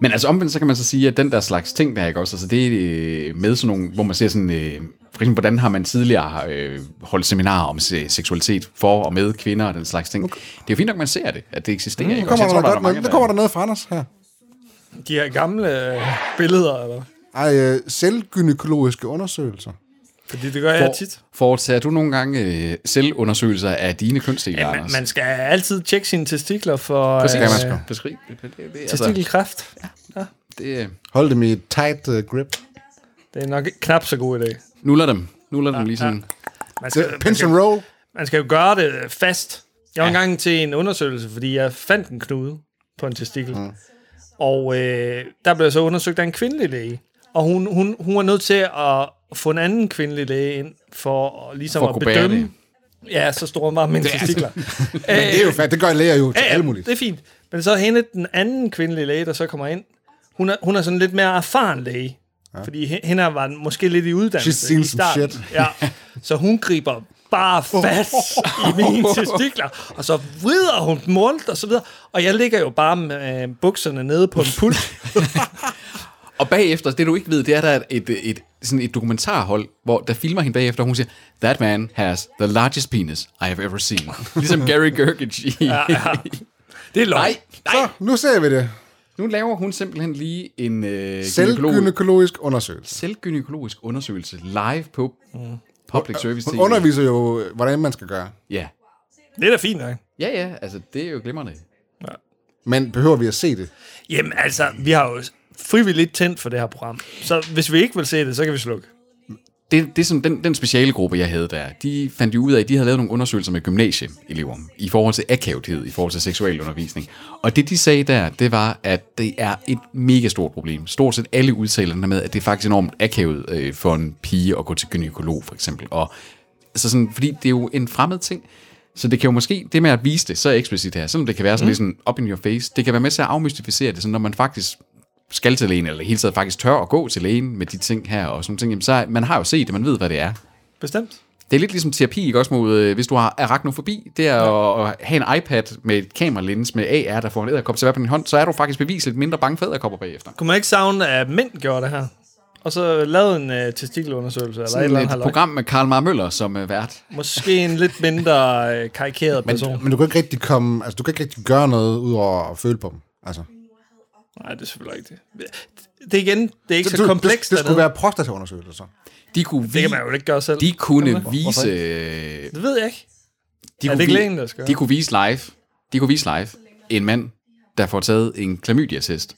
Speaker 3: Men altså omvendt, så kan man så sige, at den der slags ting der, ikke også, altså det er øh, med sådan nogle, hvor man ser sådan, øh, for eksempel, hvordan har man tidligere øh, holdt seminarer om se- seksualitet for og med kvinder og den slags ting. Det er jo fint nok, man ser det, at det eksisterer. Mm,
Speaker 2: Nu
Speaker 3: ikke? også?
Speaker 2: kommer,
Speaker 3: Jeg
Speaker 2: der,
Speaker 3: er
Speaker 2: godt, der, der kommer der noget fra Anders her.
Speaker 1: De her gamle øh, billeder, eller hvad?
Speaker 2: Ej, øh, selvgynækologiske undersøgelser.
Speaker 1: Fordi det gør jeg
Speaker 3: For,
Speaker 1: tit.
Speaker 3: foretager du nogle gange øh, selvundersøgelser af dine kønsdele, ja,
Speaker 1: Man,
Speaker 3: Anders?
Speaker 1: man skal altid tjekke sine testikler for øh,
Speaker 3: Præcis.
Speaker 2: Ja, man skal.
Speaker 3: Beskriv. Det, det, det, det, altså,
Speaker 1: testikelkræft.
Speaker 3: det, øh,
Speaker 2: Hold dem i et tight øh, grip.
Speaker 1: Det er nok ikke knap så god idé.
Speaker 3: nuller dem. Nuller dem lige sådan.
Speaker 1: Man
Speaker 2: Det,
Speaker 3: Øh,
Speaker 1: skal, man
Speaker 2: pinch
Speaker 1: skal,
Speaker 2: and roll.
Speaker 1: man skal jo gøre det øh, fast. Jeg var
Speaker 3: Ja.
Speaker 1: ja. engang til en undersøgelse, fordi jeg fandt en knude på en testikel. Mm. Og øh, der blev jeg så undersøgt af en kvindelig læge. Og hun, hun, hun var nødt til at få en anden kvindelig læge ind for at- ligesom
Speaker 3: For at
Speaker 1: at
Speaker 3: kunne bære
Speaker 1: bedømme. Ja, så store var mine testikler.
Speaker 2: Men det er jo fat, det gør læger jo til alle mulige.
Speaker 1: det er fint. Men så hende, den anden kvindelige læge, der så kommer ind, hun er, hun er sådan lidt mere erfaren læge. Ja. Fordi he- hende var måske lidt i uddannelse.
Speaker 2: She's seen
Speaker 1: i
Speaker 2: some
Speaker 1: starten.
Speaker 2: shit.
Speaker 1: Ja. Så hun griber bare fast i mine testikler, og så vrider hun dem rundt og så videre. Og jeg ligger jo bare med øh, bukserne nede på en pult.
Speaker 3: Og bagefter, det du ikke ved, det er, der er et, et, sådan et dokumentarhold, hvor der filmer hende bagefter, og hun siger, That man has the largest penis I have ever seen. Ligesom Gary Gergich i... Ja, ja.
Speaker 1: Det er løgn.
Speaker 3: Nej, nej.
Speaker 2: Nu ser vi det.
Speaker 3: Nu laver hun simpelthen lige en øh, gynekolog-
Speaker 2: Selvgynekologisk undersøgelse.
Speaker 3: selvgynækologisk undersøgelse live på mm. Public Service
Speaker 2: Hun
Speaker 3: TV.
Speaker 2: underviser jo, øh, hvordan man skal gøre.
Speaker 3: Ja.
Speaker 1: Det er da fint nok.
Speaker 3: ja, ja, altså det er jo glimrende.
Speaker 2: Men behøver vi at se det?
Speaker 1: Jamen altså, vi har jo frivilligt tændt for det her program. Så hvis vi ikke vil se det, så kan vi slukke.
Speaker 3: det, det er sådan, den, den speciale gruppe, jeg havde der, de fandt jo ud af, at de havde lavet nogle undersøgelser med gymnasieelever i forhold til akavethed, i forhold til seksualundervisning. Og det, de sagde der, det var, at det er et mega stort problem. Stort set alle udtaler den her med, at det er faktisk enormt akavet øh, for en pige at gå til gynekolog, for eksempel. Og, altså sådan, fordi det er jo en fremmed ting. Så det kan jo måske, det med at vise det så eksplicit her, selvom det kan være sådan mm. lidt sådan up in your face, det kan være med til at afmystificere det, sådan når man faktisk skal til lægen, eller hele tiden faktisk tør at gå til lægen med de ting her og sådan nogle ting, jamen så er- man har jo set det, man ved, hvad det er.
Speaker 1: Bestemt.
Speaker 3: Det er lidt ligesom terapi, ikke også mod, øh, hvis du har arachnofobi, det er ja. at have en iPad med et kameralens med AR, der får en æderkop til hver på din hånd, så er du faktisk beviseligt mindre bange for æderkopper bagefter.
Speaker 1: Kunne man ikke savne, at mænd gjorde det her? Og så lavede en øh, testikelundersøgelse, eller et
Speaker 3: Sådan
Speaker 1: eller
Speaker 3: et
Speaker 1: andet halløj.
Speaker 3: program med Karl Mar Møller som øh, vært.
Speaker 1: Måske en lidt mindre øh, karikeret person.
Speaker 2: Men du kan ikke rigtig komme, altså du kan ikke rigtig gøre noget, udover at føle på dem. Altså,
Speaker 1: Nej, det er selvfølgelig ikke det. Det er igen, det er ikke så,
Speaker 2: du-
Speaker 1: så komplekst.
Speaker 2: Det, det skulle
Speaker 1: dernede.
Speaker 2: være prostataundersøgelser, så.
Speaker 3: De kunne, vi,
Speaker 1: det kan man jo ikke gøre selv.
Speaker 3: de
Speaker 1: Kan man
Speaker 3: kunne
Speaker 1: det?
Speaker 3: vise...
Speaker 2: Hvorfor
Speaker 3: øh,
Speaker 1: Det ved jeg ikke.
Speaker 3: De
Speaker 1: Er det
Speaker 3: kunne
Speaker 1: ikke
Speaker 3: vi-
Speaker 1: lægen, der skal gøre
Speaker 3: De kunne vise live, de kunne vise live en mand, der får taget en klamydia-test.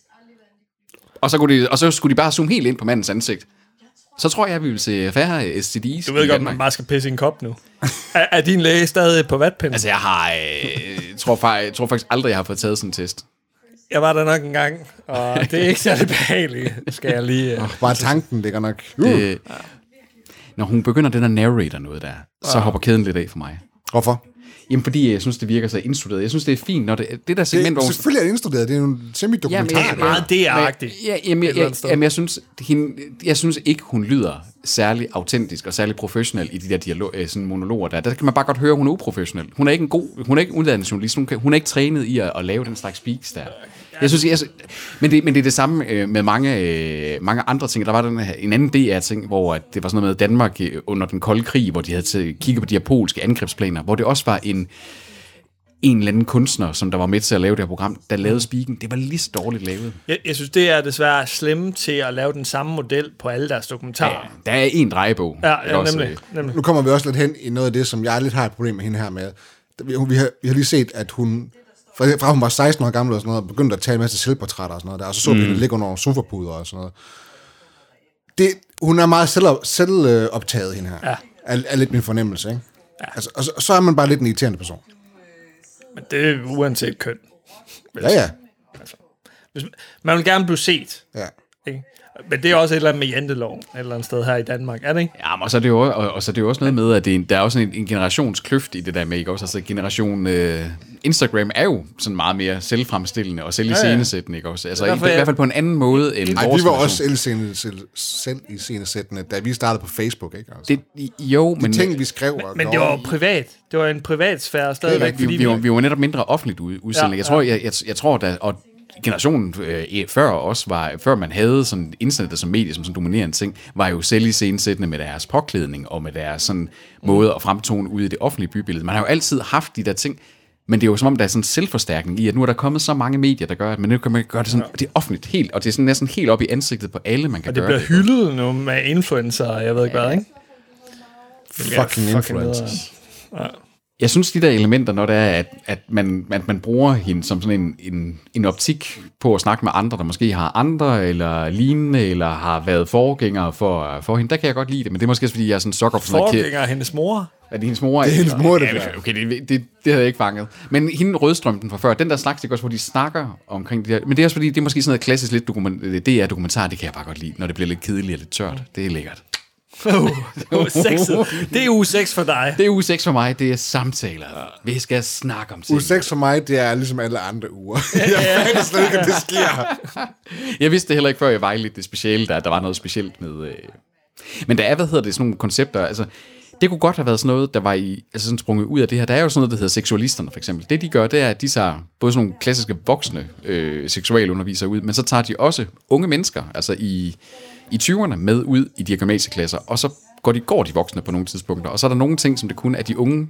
Speaker 3: Og så, kunne de, og så skulle de bare zoome helt ind på mandens ansigt. Så tror jeg, vi vil se færre øh, STD's
Speaker 1: Du ved
Speaker 3: i
Speaker 1: godt,
Speaker 3: Danmark.
Speaker 1: man bare skal pisse i en kop nu. er, er din læge stadig på vatpinden?
Speaker 3: Altså, jeg har, øh, tror, fa- jeg tror faktisk aldrig, jeg har fået taget sådan en test.
Speaker 1: Jeg var der nok en gang, og det er ikke særlig behageligt, skal jeg lige... Uh.
Speaker 2: Bare tanken ligger nok. Uh,
Speaker 3: Øh, når hun begynder den der narrator noget der, så
Speaker 1: Ah.
Speaker 3: hopper kæden lidt af for mig.
Speaker 2: Hmm. Hvorfor?
Speaker 3: Jamen, fordi jeg synes, det virker så indstuderet. Jeg synes, det er fint, når det, det der
Speaker 2: Det,
Speaker 3: segment, hvor hun-
Speaker 2: selvfølgelig er det indstuderet, det er jo en semi-dokumentar.
Speaker 1: det er meget DR-agtigt.
Speaker 3: Men- Ja, jamen, jeg,
Speaker 1: eller andet
Speaker 3: jeg,
Speaker 1: sted.
Speaker 3: jamen, jeg, synes, hende, jeg synes ikke, hun lyder særlig autentisk og særlig professionel i de der dialog, øh, sådan monologer der. Der kan man bare godt høre, at hun er uprofessionel. Hun er ikke en god, hun er ikke uddannet journalist, hun, kan, hun er ikke trænet i at, at lave den slags speaks der. Jeg synes, jeg, men, det, men det er det samme øh, med mange, øh, mange andre ting. Der var den her, en anden DR-ting, hvor at det var sådan noget med Danmark øh, under den kolde krig, hvor de havde til- kigget på de her polske angrebsplaner, hvor det også var en en eller anden kunstner, som der var med til at lave det her program, der lavede speaken. Det var lige så dårligt lavet.
Speaker 1: Jeg, jeg synes, det er desværre slemme til at lave den samme model på alle deres dokumentarer.
Speaker 3: Der er en drejebog.
Speaker 1: Ja, ja,
Speaker 3: ikke
Speaker 1: ja
Speaker 3: også? øh,
Speaker 1: nemlig. nemlig.
Speaker 2: Nu kommer vi også lidt hen i noget af det, som jeg lidt har et problem med hende her med. Vi vi har, vi har lige set, at hun, fra fra hun var 16 år gammel og sådan noget, begyndte at tale en masse selvportrætter og sådan noget der, og så så vi hende ligge under nogle sofapuder og sådan noget. Det, hun er meget selv, selv øh, optaget, hende her. Ja. Er, er lidt min fornemmelse, ikke? Ja. Altså, og så, så er man bare lidt en irriterende person.
Speaker 1: Men det er uanset køn.
Speaker 2: Ja, ja.
Speaker 1: Hvis, man vil gerne blive set.
Speaker 2: ja.
Speaker 1: Ikke? Men det er også et eller andet med janteloven et eller andet sted her i Danmark, er det ikke?
Speaker 3: Ja, men og så er det jo, og, og så er det jo også noget med, at det er en, der er også en, en generationskløft i det der med, ikke også? Altså generation øh, Instagram er jo sådan meget mere selvfremstillende og selviscenesættende, ikke også? Altså i,
Speaker 1: Det er derfor,
Speaker 3: i
Speaker 1: jeg-
Speaker 3: hvert fald på en anden måde end
Speaker 2: Ej,
Speaker 3: vores
Speaker 2: vi var
Speaker 3: generation.
Speaker 2: også selv, selv, selv i scenesættende, da vi startede på Facebook, ikke? Altså, det,
Speaker 3: det, jo, men,
Speaker 2: ting, vi skrev og
Speaker 1: Men det
Speaker 2: gjorde.
Speaker 1: var jo privat. Det var en privat sfære stadigvæk,
Speaker 3: vi,
Speaker 1: fordi vi...
Speaker 3: vi, vi, var, vi var netop mindre offentligt ud, udstilling. Ja,
Speaker 1: Ja,
Speaker 3: jeg tror, jeg, jeg, jeg tror da, og generationen øh, eh, før også var, før man havde sådan internettet som medie, som sådan dominerende ting, var jo selv i scenesættende med deres påklædning og med deres sådan
Speaker 1: Mm.
Speaker 3: måde at fremtone ud i det offentlige bybillede. Man har jo altid haft de der ting, men det er jo som om, der er sådan en selvforstærkning i, at nu er der kommet så mange medier, der gør, at man nu kan man gøre det sådan, det er offentligt helt, og det er sådan næsten helt op i ansigtet på alle, man kan
Speaker 1: Det
Speaker 3: gøre
Speaker 1: bliver hyldet nu med influencer, og jeg ved ikke hvad, ikke?
Speaker 2: fucking
Speaker 1: Ja,
Speaker 2: influencers.
Speaker 3: Jeg synes, de der elementer, når det er, at, at, man, at man bruger hende som sådan en, en, en optik på at snakke med andre, der måske har andre eller lignende, eller har været forgængere for, for hende, der kan jeg godt lide det, men det er måske også, fordi jeg er sådan sokker for sådan noget kæ-
Speaker 1: Forgænger af hendes mor.
Speaker 3: Er det hendes mor? Det er
Speaker 2: hendes mor, det
Speaker 3: ja,
Speaker 2: der.
Speaker 3: Okay, det, det, det havde jeg ikke fanget. Men hende rødstrømpen fra før, den der slags, det er også, hvor de snakker omkring det der. Men det er også fordi, det er måske sådan noget klassisk lidt dokument, DR-dokumentar, det kan jeg bare godt lide, når det bliver lidt kedeligt og lidt tørt. Det er lækkert.
Speaker 1: Uh, sexet. Det er uge 6 for dig.
Speaker 3: Det er uge 6 for mig, det er samtaler. Vi skal snakke om ting.
Speaker 2: Uge 6 for mig, det er ligesom alle andre uger. jeg fatter slet ikke, at det sker.
Speaker 3: Jeg vidste det heller ikke, før jeg var i lidt det specielle, der, der var noget specielt med... Øh... Men der er, hvad hedder det, sådan nogle koncepter, altså... Det kunne godt have været sådan noget, der var i, altså sådan sprunget ud af det her. Der er jo sådan noget, der hedder seksualisterne, for eksempel. Det, de gør, det er, at de tager både sådan nogle klassiske voksne øh, seksualundervisere ud, men så tager de også unge mennesker, altså i, i 20'erne, med ud i de her gymnasieklasser, og så går de, går de voksne på nogle tidspunkter. Og så er der nogle ting, som det kun er de unge,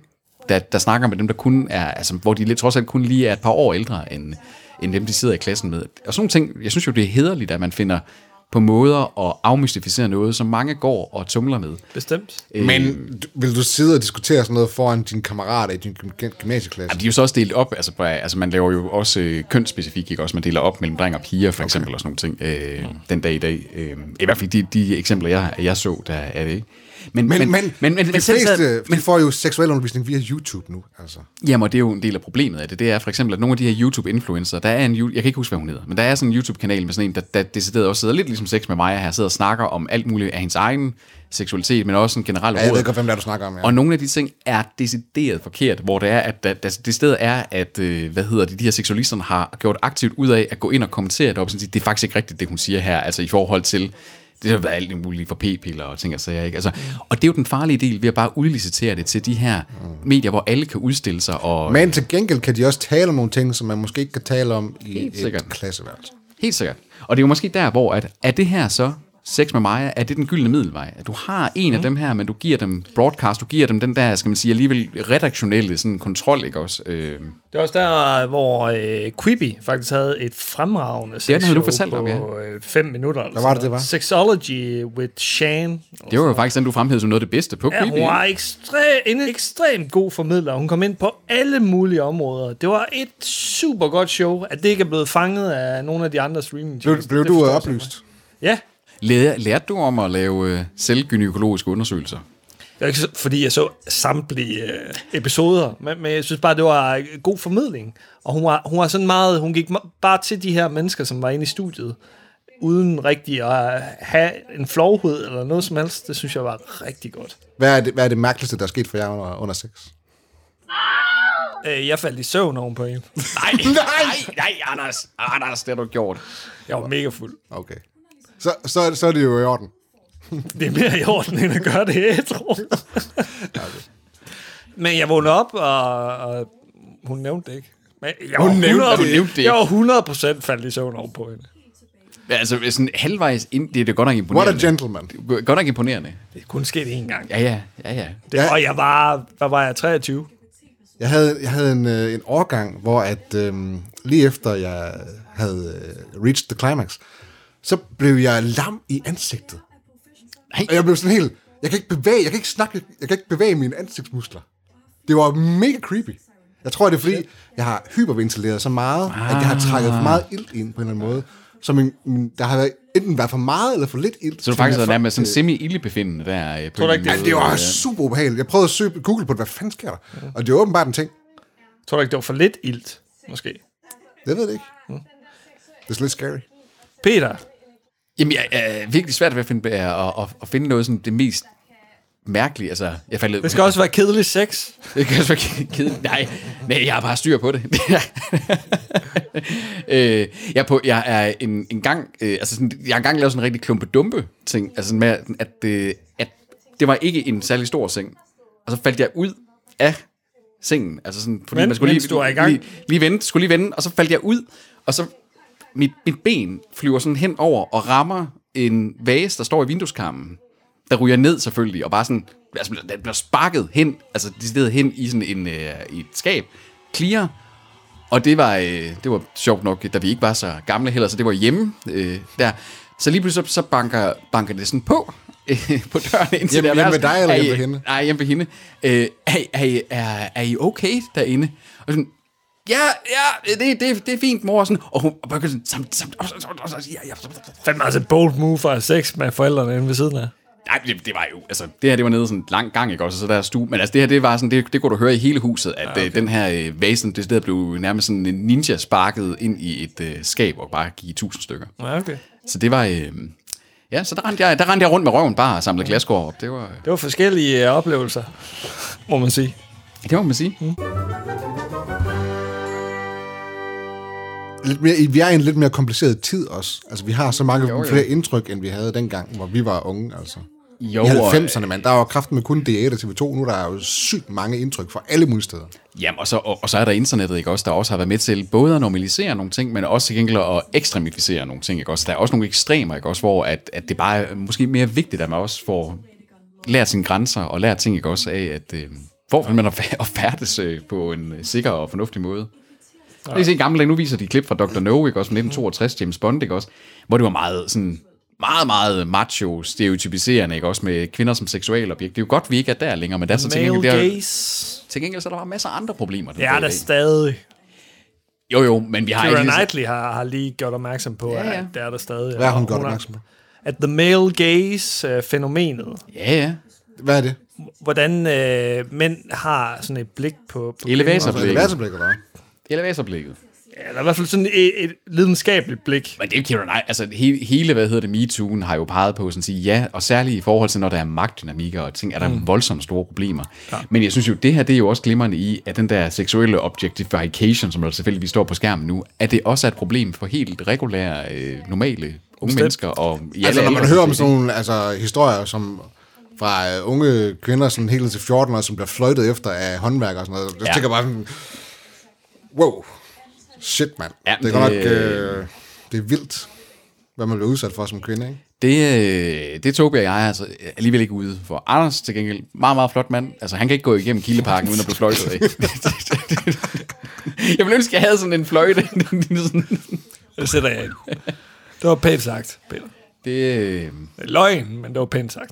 Speaker 3: der, der snakker med dem, der kun er, altså, hvor de lidt, trods alt kun lige er et par år ældre end, end dem, de sidder i klassen med. Og sådan nogle ting, jeg synes jo, det er hederligt, at man finder på måder at afmystificere noget, som mange går og tumler med.
Speaker 1: Bestemt.
Speaker 3: Øh.
Speaker 2: Men du- vil du sidde og diskutere sådan noget foran dine kammerater i din gym- gymnasieklasse?
Speaker 3: Jamen, de er jo så også delt op, altså, på- altså man laver jo også øh, kønsspecifik, ikke? Også man deler op mellem dreng og piger, for eksempel, og sådan nogle ting, øh,
Speaker 2: Mm.
Speaker 3: den dag i dag. Øh, I hvert fald de, de eksempler, jeg, jeg så, der er det ikke. Men,
Speaker 2: Men, men, men, men, men de
Speaker 3: selv-
Speaker 2: fleste men, får jo seksuel undervisning via YouTube nu, altså.
Speaker 3: Jamen, og det er jo en del af problemet af det. Det er for eksempel, at nogle af de her YouTube-influencer, der er en, you- jeg kan ikke huske, hvad hun hedder, men der er sådan en YouTube-kanal med sådan en, der, der decideret også sidder lidt ligesom sex med mig her, sidder og snakker om alt muligt af hendes egen seksualitet, men også en generel
Speaker 2: Ja, jeg
Speaker 3: råd.
Speaker 2: ved godt, hvem der du snakker om, ja.
Speaker 3: Og nogle af de ting er decideret forkert, hvor det er, at der, der, det sted er, at øh, hvad hedder det, de her seksualisterne har gjort aktivt ud af at gå ind og kommentere det op, sådan at sige, det er faktisk ikke rigtigt, det hun siger her, altså i forhold til, det har været alt muligt for p-piller og ting og sager, ikke? Altså, og det er jo den farlige del ved at bare udlicitere det til de her
Speaker 2: Mm.
Speaker 3: medier, hvor alle kan udstille sig og...
Speaker 2: Men til gengæld kan de også tale om nogle ting, som man måske ikke kan tale om i
Speaker 3: Helt
Speaker 2: Helt
Speaker 3: sikkert.
Speaker 2: et klasseværelse.
Speaker 3: Helt sikkert. Og det er jo måske der, hvor at, er det her så sex med mig, er det den gyldne middelvej? At du har en af dem her, men du giver dem broadcast, du giver dem den der, skal man sige, alligevel redaktionelle sådan kontrol, ikke også? Øh,
Speaker 1: Det er også der, hvor øh, Quibi faktisk havde et fremragende
Speaker 3: den havde
Speaker 1: sexshow
Speaker 3: du fortalt
Speaker 1: på
Speaker 3: om, ja.
Speaker 1: øh, fem minutter. Hvad
Speaker 2: var det, det var?
Speaker 1: Sexology with Shan.
Speaker 3: det var jo faktisk den, du fremhævede som noget af det bedste på
Speaker 1: Ja,
Speaker 3: Quibi.
Speaker 1: hun
Speaker 3: ikke?
Speaker 1: var ekstre- en ekstremt god formidler. Hun kom ind på alle mulige områder. Det var et super godt show, at det ikke er blevet fanget af nogle af de andre streaming
Speaker 2: Blev, blev du øh, oplyst?
Speaker 1: Ja,
Speaker 3: Lærer, lærte du om at lave øh, selvgynækologiske undersøgelser?
Speaker 1: Det var ikke så- fordi jeg så samtlige øh, episoder, men, men jeg synes bare, det var øh, god formidling. Og hun var, hun var sådan meget, hun gik ma- bare til de her mennesker, som var inde i studiet, uden rigtig at øh, have en flovhed eller noget som helst. Det synes jeg var rigtig godt.
Speaker 2: Hvad er det, hvad er det mærkeligste, der er sket for jer under, under sex?
Speaker 1: Øh, jeg faldt i søvn oven på en.
Speaker 3: Nej, nej, nej, Anders. Anders, det har du gjort.
Speaker 1: Jeg var mega fuld.
Speaker 2: Okay. Så, så, så er det jo i orden.
Speaker 1: Det er mere i orden, end at gøre det ædru. Men jeg vågnede op, og, og hun nævnte det ikke. Men jeg var
Speaker 3: Hun nævnte
Speaker 1: 100
Speaker 3: det. Hun nævnte det
Speaker 1: Jeg var 100% faldt i søvn oven på hende.
Speaker 3: Altså, sådan halvvejs ind, det er det godt nok
Speaker 2: What
Speaker 3: imponerende.
Speaker 2: a gentleman.
Speaker 3: Det er Godt nok imponerende.
Speaker 1: Det er kun sket én gang.
Speaker 3: Ja, ja, ja, ja.
Speaker 1: Det,
Speaker 2: Ja.
Speaker 1: Og jeg var, hvad var jeg, 23?
Speaker 2: Jeg havde, jeg havde en, øh, en årgang, hvor at øhm, lige efter jeg havde øh, reached the climax, så blev jeg lam i ansigtet.
Speaker 3: Nej.
Speaker 2: Og jeg blev sådan helt, jeg kan ikke bevæge, jeg kan ikke snakke, jeg kan ikke bevæge mine ansigtsmuskler. Det var mega creepy. Jeg tror, det er fordi, jeg har hyperventileret så meget, at jeg har trækket
Speaker 3: Ah.
Speaker 2: for meget ilt ind på en eller anden måde. Så min, min, der har været, enten været for meget eller for lidt ilt.
Speaker 3: Så du
Speaker 2: til,
Speaker 3: faktisk
Speaker 2: at
Speaker 3: er
Speaker 2: folk-
Speaker 3: nærmest sådan semi-ildebefindende der. øh, På
Speaker 1: Tror du
Speaker 3: en
Speaker 1: ikke, det-
Speaker 3: måde,
Speaker 2: Det var
Speaker 3: øh,
Speaker 2: super ubehageligt. Jeg prøvede at søge på Google på det, hvad fanden sker der? Og det var åbenbart en ting.
Speaker 1: Tror du ikke, det var for lidt ilt, måske?
Speaker 2: Jeg ved det ikke. Mm. Det er slet ikke scary.
Speaker 1: Peter,
Speaker 3: Jamen, jeg er virkelig svært ved at finde, at, at, at finde noget sådan det mest mærkelige. Altså, jeg faldt
Speaker 1: det skal også være kedelig sex.
Speaker 3: Det kan også være ked- kedeligt. Nej, nej, jeg har bare styr på det. øh, jeg, er på, jeg er en, en gang, øh, altså sådan, jeg har engang lavet sådan en rigtig klumpedumpe ting, altså sådan med, at, øh, at det var ikke en særlig stor seng. Og så faldt jeg ud af sengen, altså sådan, fordi
Speaker 1: Men-
Speaker 3: man skulle
Speaker 1: mens
Speaker 3: lige,
Speaker 1: du er i gang?
Speaker 3: lige, lige vente, skulle lige vende, og så faldt jeg ud, og så mit, mit ben flyver sådan hen over og rammer en vase, der står i vindueskarmen der ryger ned selvfølgelig, og bare sådan, altså, den bliver sparket hen, altså decideret hen i sådan en, øh, i et skab, clear, og det var, øh, det var sjovt nok, da vi ikke var så gamle heller, så det var hjemme øh, der. Så lige pludselig så, så banker, banker det sådan på, øh, på døren ind
Speaker 2: Hjemme-
Speaker 3: til det
Speaker 2: hjemme
Speaker 3: værelse.
Speaker 2: ved dig, eller
Speaker 3: Er I-
Speaker 2: hjemme ved hende?
Speaker 3: Nej, hjemme ved hende. Øh, er, I- er, I- er, er I okay derinde? Og sådan, ja, ja, det, det, det er fint, mor. Og, sådan, og hun begynder sådan, samt, samt, og, og, og, og, ja, ja,
Speaker 1: Fandme altså et bold move for sex med forældrene inde ved siden af.
Speaker 3: Nej, det, det var jo, altså, det her, det var nede sådan en lang gang, ikke også, og så der er stue, men altså, det her, det var sådan, det, det kunne du høre i hele huset, at ja, okay. den her øh, vasen, det sted blev nærmest sådan en ninja sparket ind i et øh, skab og bare gik i tusind stykker.
Speaker 1: Ja, okay.
Speaker 3: Så det var, øh, ja, så der rendte, jeg, der rendte jeg rundt med røven bare og samlede glaskår op, det var,
Speaker 1: Det var forskellige øh, oplevelser, må man sige.
Speaker 3: det må man sige.
Speaker 2: Lidt mere, vi er i en lidt mere kompliceret tid også. Altså, vi har så mange
Speaker 3: Jo, jo.
Speaker 2: flere indtryk, end vi havde dengang, hvor vi var unge, altså.
Speaker 3: Jo,
Speaker 2: I
Speaker 3: og-
Speaker 2: 90'erne, mand. Der var kraften med kun DR og TV2. Nu der er jo sygt mange indtryk fra alle mulige steder.
Speaker 3: Jamen, og så, og, og så er der internettet, ikke også, der også har været med til både at normalisere nogle ting, men også til gengæld at ekstremificere nogle ting, ikke også. Der er også nogle ekstremer, ikke også, hvor at, at det bare er måske mere vigtigt, at man også får lært sine grænser og lært ting, ikke også, af at øh, hvor vil man at færdes øh, på en øh, sikker og fornuftig måde. Det er en gammel dag, nu viser de klip fra Dr. No, ikke også, fra 1962, James Bond, ikke også, hvor det var meget sådan meget, meget macho, stereotypiserende, ikke? Også med kvinder som seksualobjekt. Det er jo godt, vi ikke er der længere, men der er så til
Speaker 1: Male
Speaker 3: gengæld, der, er jo-
Speaker 1: gaze.
Speaker 3: til gengæld så er der bare masser af andre problemer. den
Speaker 1: Det er
Speaker 3: dag i
Speaker 1: der
Speaker 3: dag.
Speaker 1: stadig.
Speaker 3: Jo, jo, men vi har
Speaker 1: Keira
Speaker 3: lige så-
Speaker 1: Knightley har, har lige gjort opmærksom på, ja,
Speaker 3: ja.
Speaker 1: ja. at det er der stadig.
Speaker 2: Hvad har hun
Speaker 1: Og
Speaker 2: gjort opmærksom på?
Speaker 1: At the male gaze-fænomenet,
Speaker 3: Ja, ja.
Speaker 2: Hvad er det?
Speaker 1: hvordan øh, mænd har sådan et blik på... på
Speaker 3: Elevatorblik.
Speaker 2: Altså,
Speaker 3: Blikket.
Speaker 2: elevatorblik, eller hvad?
Speaker 3: Elevatorblikket.
Speaker 1: kvinder. Eller i hvert fald sådan et, et lidenskabeligt blik.
Speaker 3: Men det er jo Keira Knight. Altså hele, hele, hvad hedder det, MeToo'en har jo peget på sådan at sige ja, og særligt i forhold til, når der er magtdynamikker og ting, er der mm. voldsomt store problemer. Ja. Men jeg synes jo, det her, det er jo også glimrende i, at den der seksuelle objectification, som der selvfølgelig står på skærmen nu, at det også er et problem for helt regulære, øh, normale unge mennesker. Og, ja,
Speaker 2: Altså, når man hører om sådan nogle altså, historier, som fra øh, unge kvinder sådan helt ned til 14 år, som bliver fløjtet efter af håndværkere og sådan noget. Jeg
Speaker 3: Ja.
Speaker 2: ja. tænker bare sådan, wow, shit mand.
Speaker 3: Ja,
Speaker 2: Ja, det er godt nok,
Speaker 3: det-
Speaker 2: øh, det er vildt, hvad man bliver udsat for som kvinde, ikke?
Speaker 3: Det, øh, det tog jeg er altså alligevel ikke ude for. Anders til gengæld, meget, meget flot mand. Altså, han kan ikke gå igennem Kildeparken, uden at blive fløjtet af. jeg ville ønske, jeg havde sådan en fløjte.
Speaker 1: Det sætter jeg ind. Det var pænt sagt, Peter.
Speaker 3: det, øh,
Speaker 1: Det er løgn, men det var pænt sagt.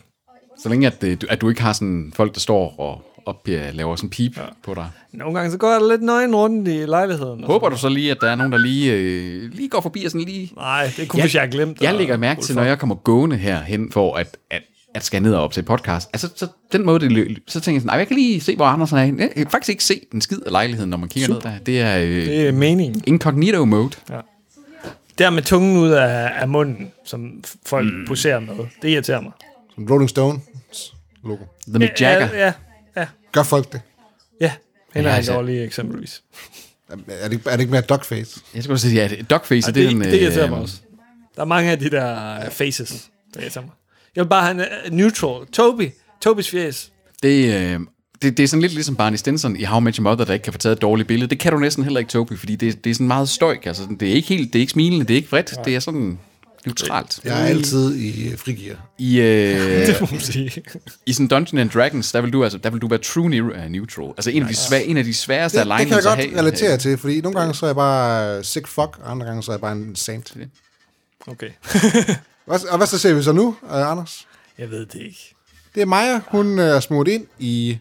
Speaker 3: så længe, at, øh, du- at du ikke har sådan folk, der står og op, ja, laver sådan pip ja. på dig.
Speaker 1: Nogle gange så går jeg lidt nøgen rundt i lejligheden. og
Speaker 3: Håber du så lige, at der er nogen, der lige, øh, lige går forbi og sådan lige...
Speaker 1: Nej, det er kun, hvis jeg har glemt
Speaker 3: Jeg
Speaker 1: at-
Speaker 3: lægger mærke til, når jeg kommer gående herhen for at, at, at skal ned og optage podcast. Altså, så den måde, det lø- så tænker jeg sådan, "Ej, jeg kan lige se, hvor Andersen er henne. Jeg kan faktisk ikke se en skid af lejligheden, når man kigger Super. ned der. Det er øh,
Speaker 1: Det er meningen.
Speaker 3: incognito mode.
Speaker 1: Der med tungen ud af, af munden, som f- folk mm. poserer med, det irriterer mig.
Speaker 2: Som Rolling Stones logo.
Speaker 3: The Mick Jagger.
Speaker 1: Ja, ja, ja.
Speaker 2: Gør folk det?
Speaker 1: ja. Hende
Speaker 3: Ja,
Speaker 1: er
Speaker 3: altså.
Speaker 1: en dårlig eksempelvis.
Speaker 2: Er det, ikke- er det ikke mere dogface?
Speaker 3: Jeg skulle også sige, at dogface,
Speaker 1: Og
Speaker 3: det, det, er en... øh,
Speaker 1: det irriterer mig også. Der er mange af de der øh, faces, der irriterer mig. Jeg vil bare have en øh, neutral. Toby. Tobys fjes.
Speaker 3: Det, øh, det, det er sådan lidt ligesom Barney Stinson i How I Met Your Mother, der ikke kan få taget et dårligt billede. Det kan du næsten heller ikke, Toby, fordi det, det er sådan meget støjk. Altså, sådan, det er ikke helt, det er ikke smilende, det er ikke vredt, det er sådan neutralt.
Speaker 2: Jeg er altid i øh, frigear.
Speaker 3: I, øh,
Speaker 1: må man sige.
Speaker 3: I sådan Dungeons and Dragons, der vil du, altså, der vil du være true ne- uh, neutral. Altså en af de, svære, en af de sværeste
Speaker 2: Det, det kan jeg
Speaker 3: alignments at
Speaker 2: godt
Speaker 3: have.
Speaker 2: relatere til, fordi nogle gange så er jeg bare øh, sick fuck, og andre gange så er jeg bare en saint.
Speaker 1: Okay.
Speaker 2: Hvad- Og hvad så ser vi så nu, øh, Anders?
Speaker 1: Jeg ved det ikke.
Speaker 2: Det er Maja, hun øh, er smurt ind i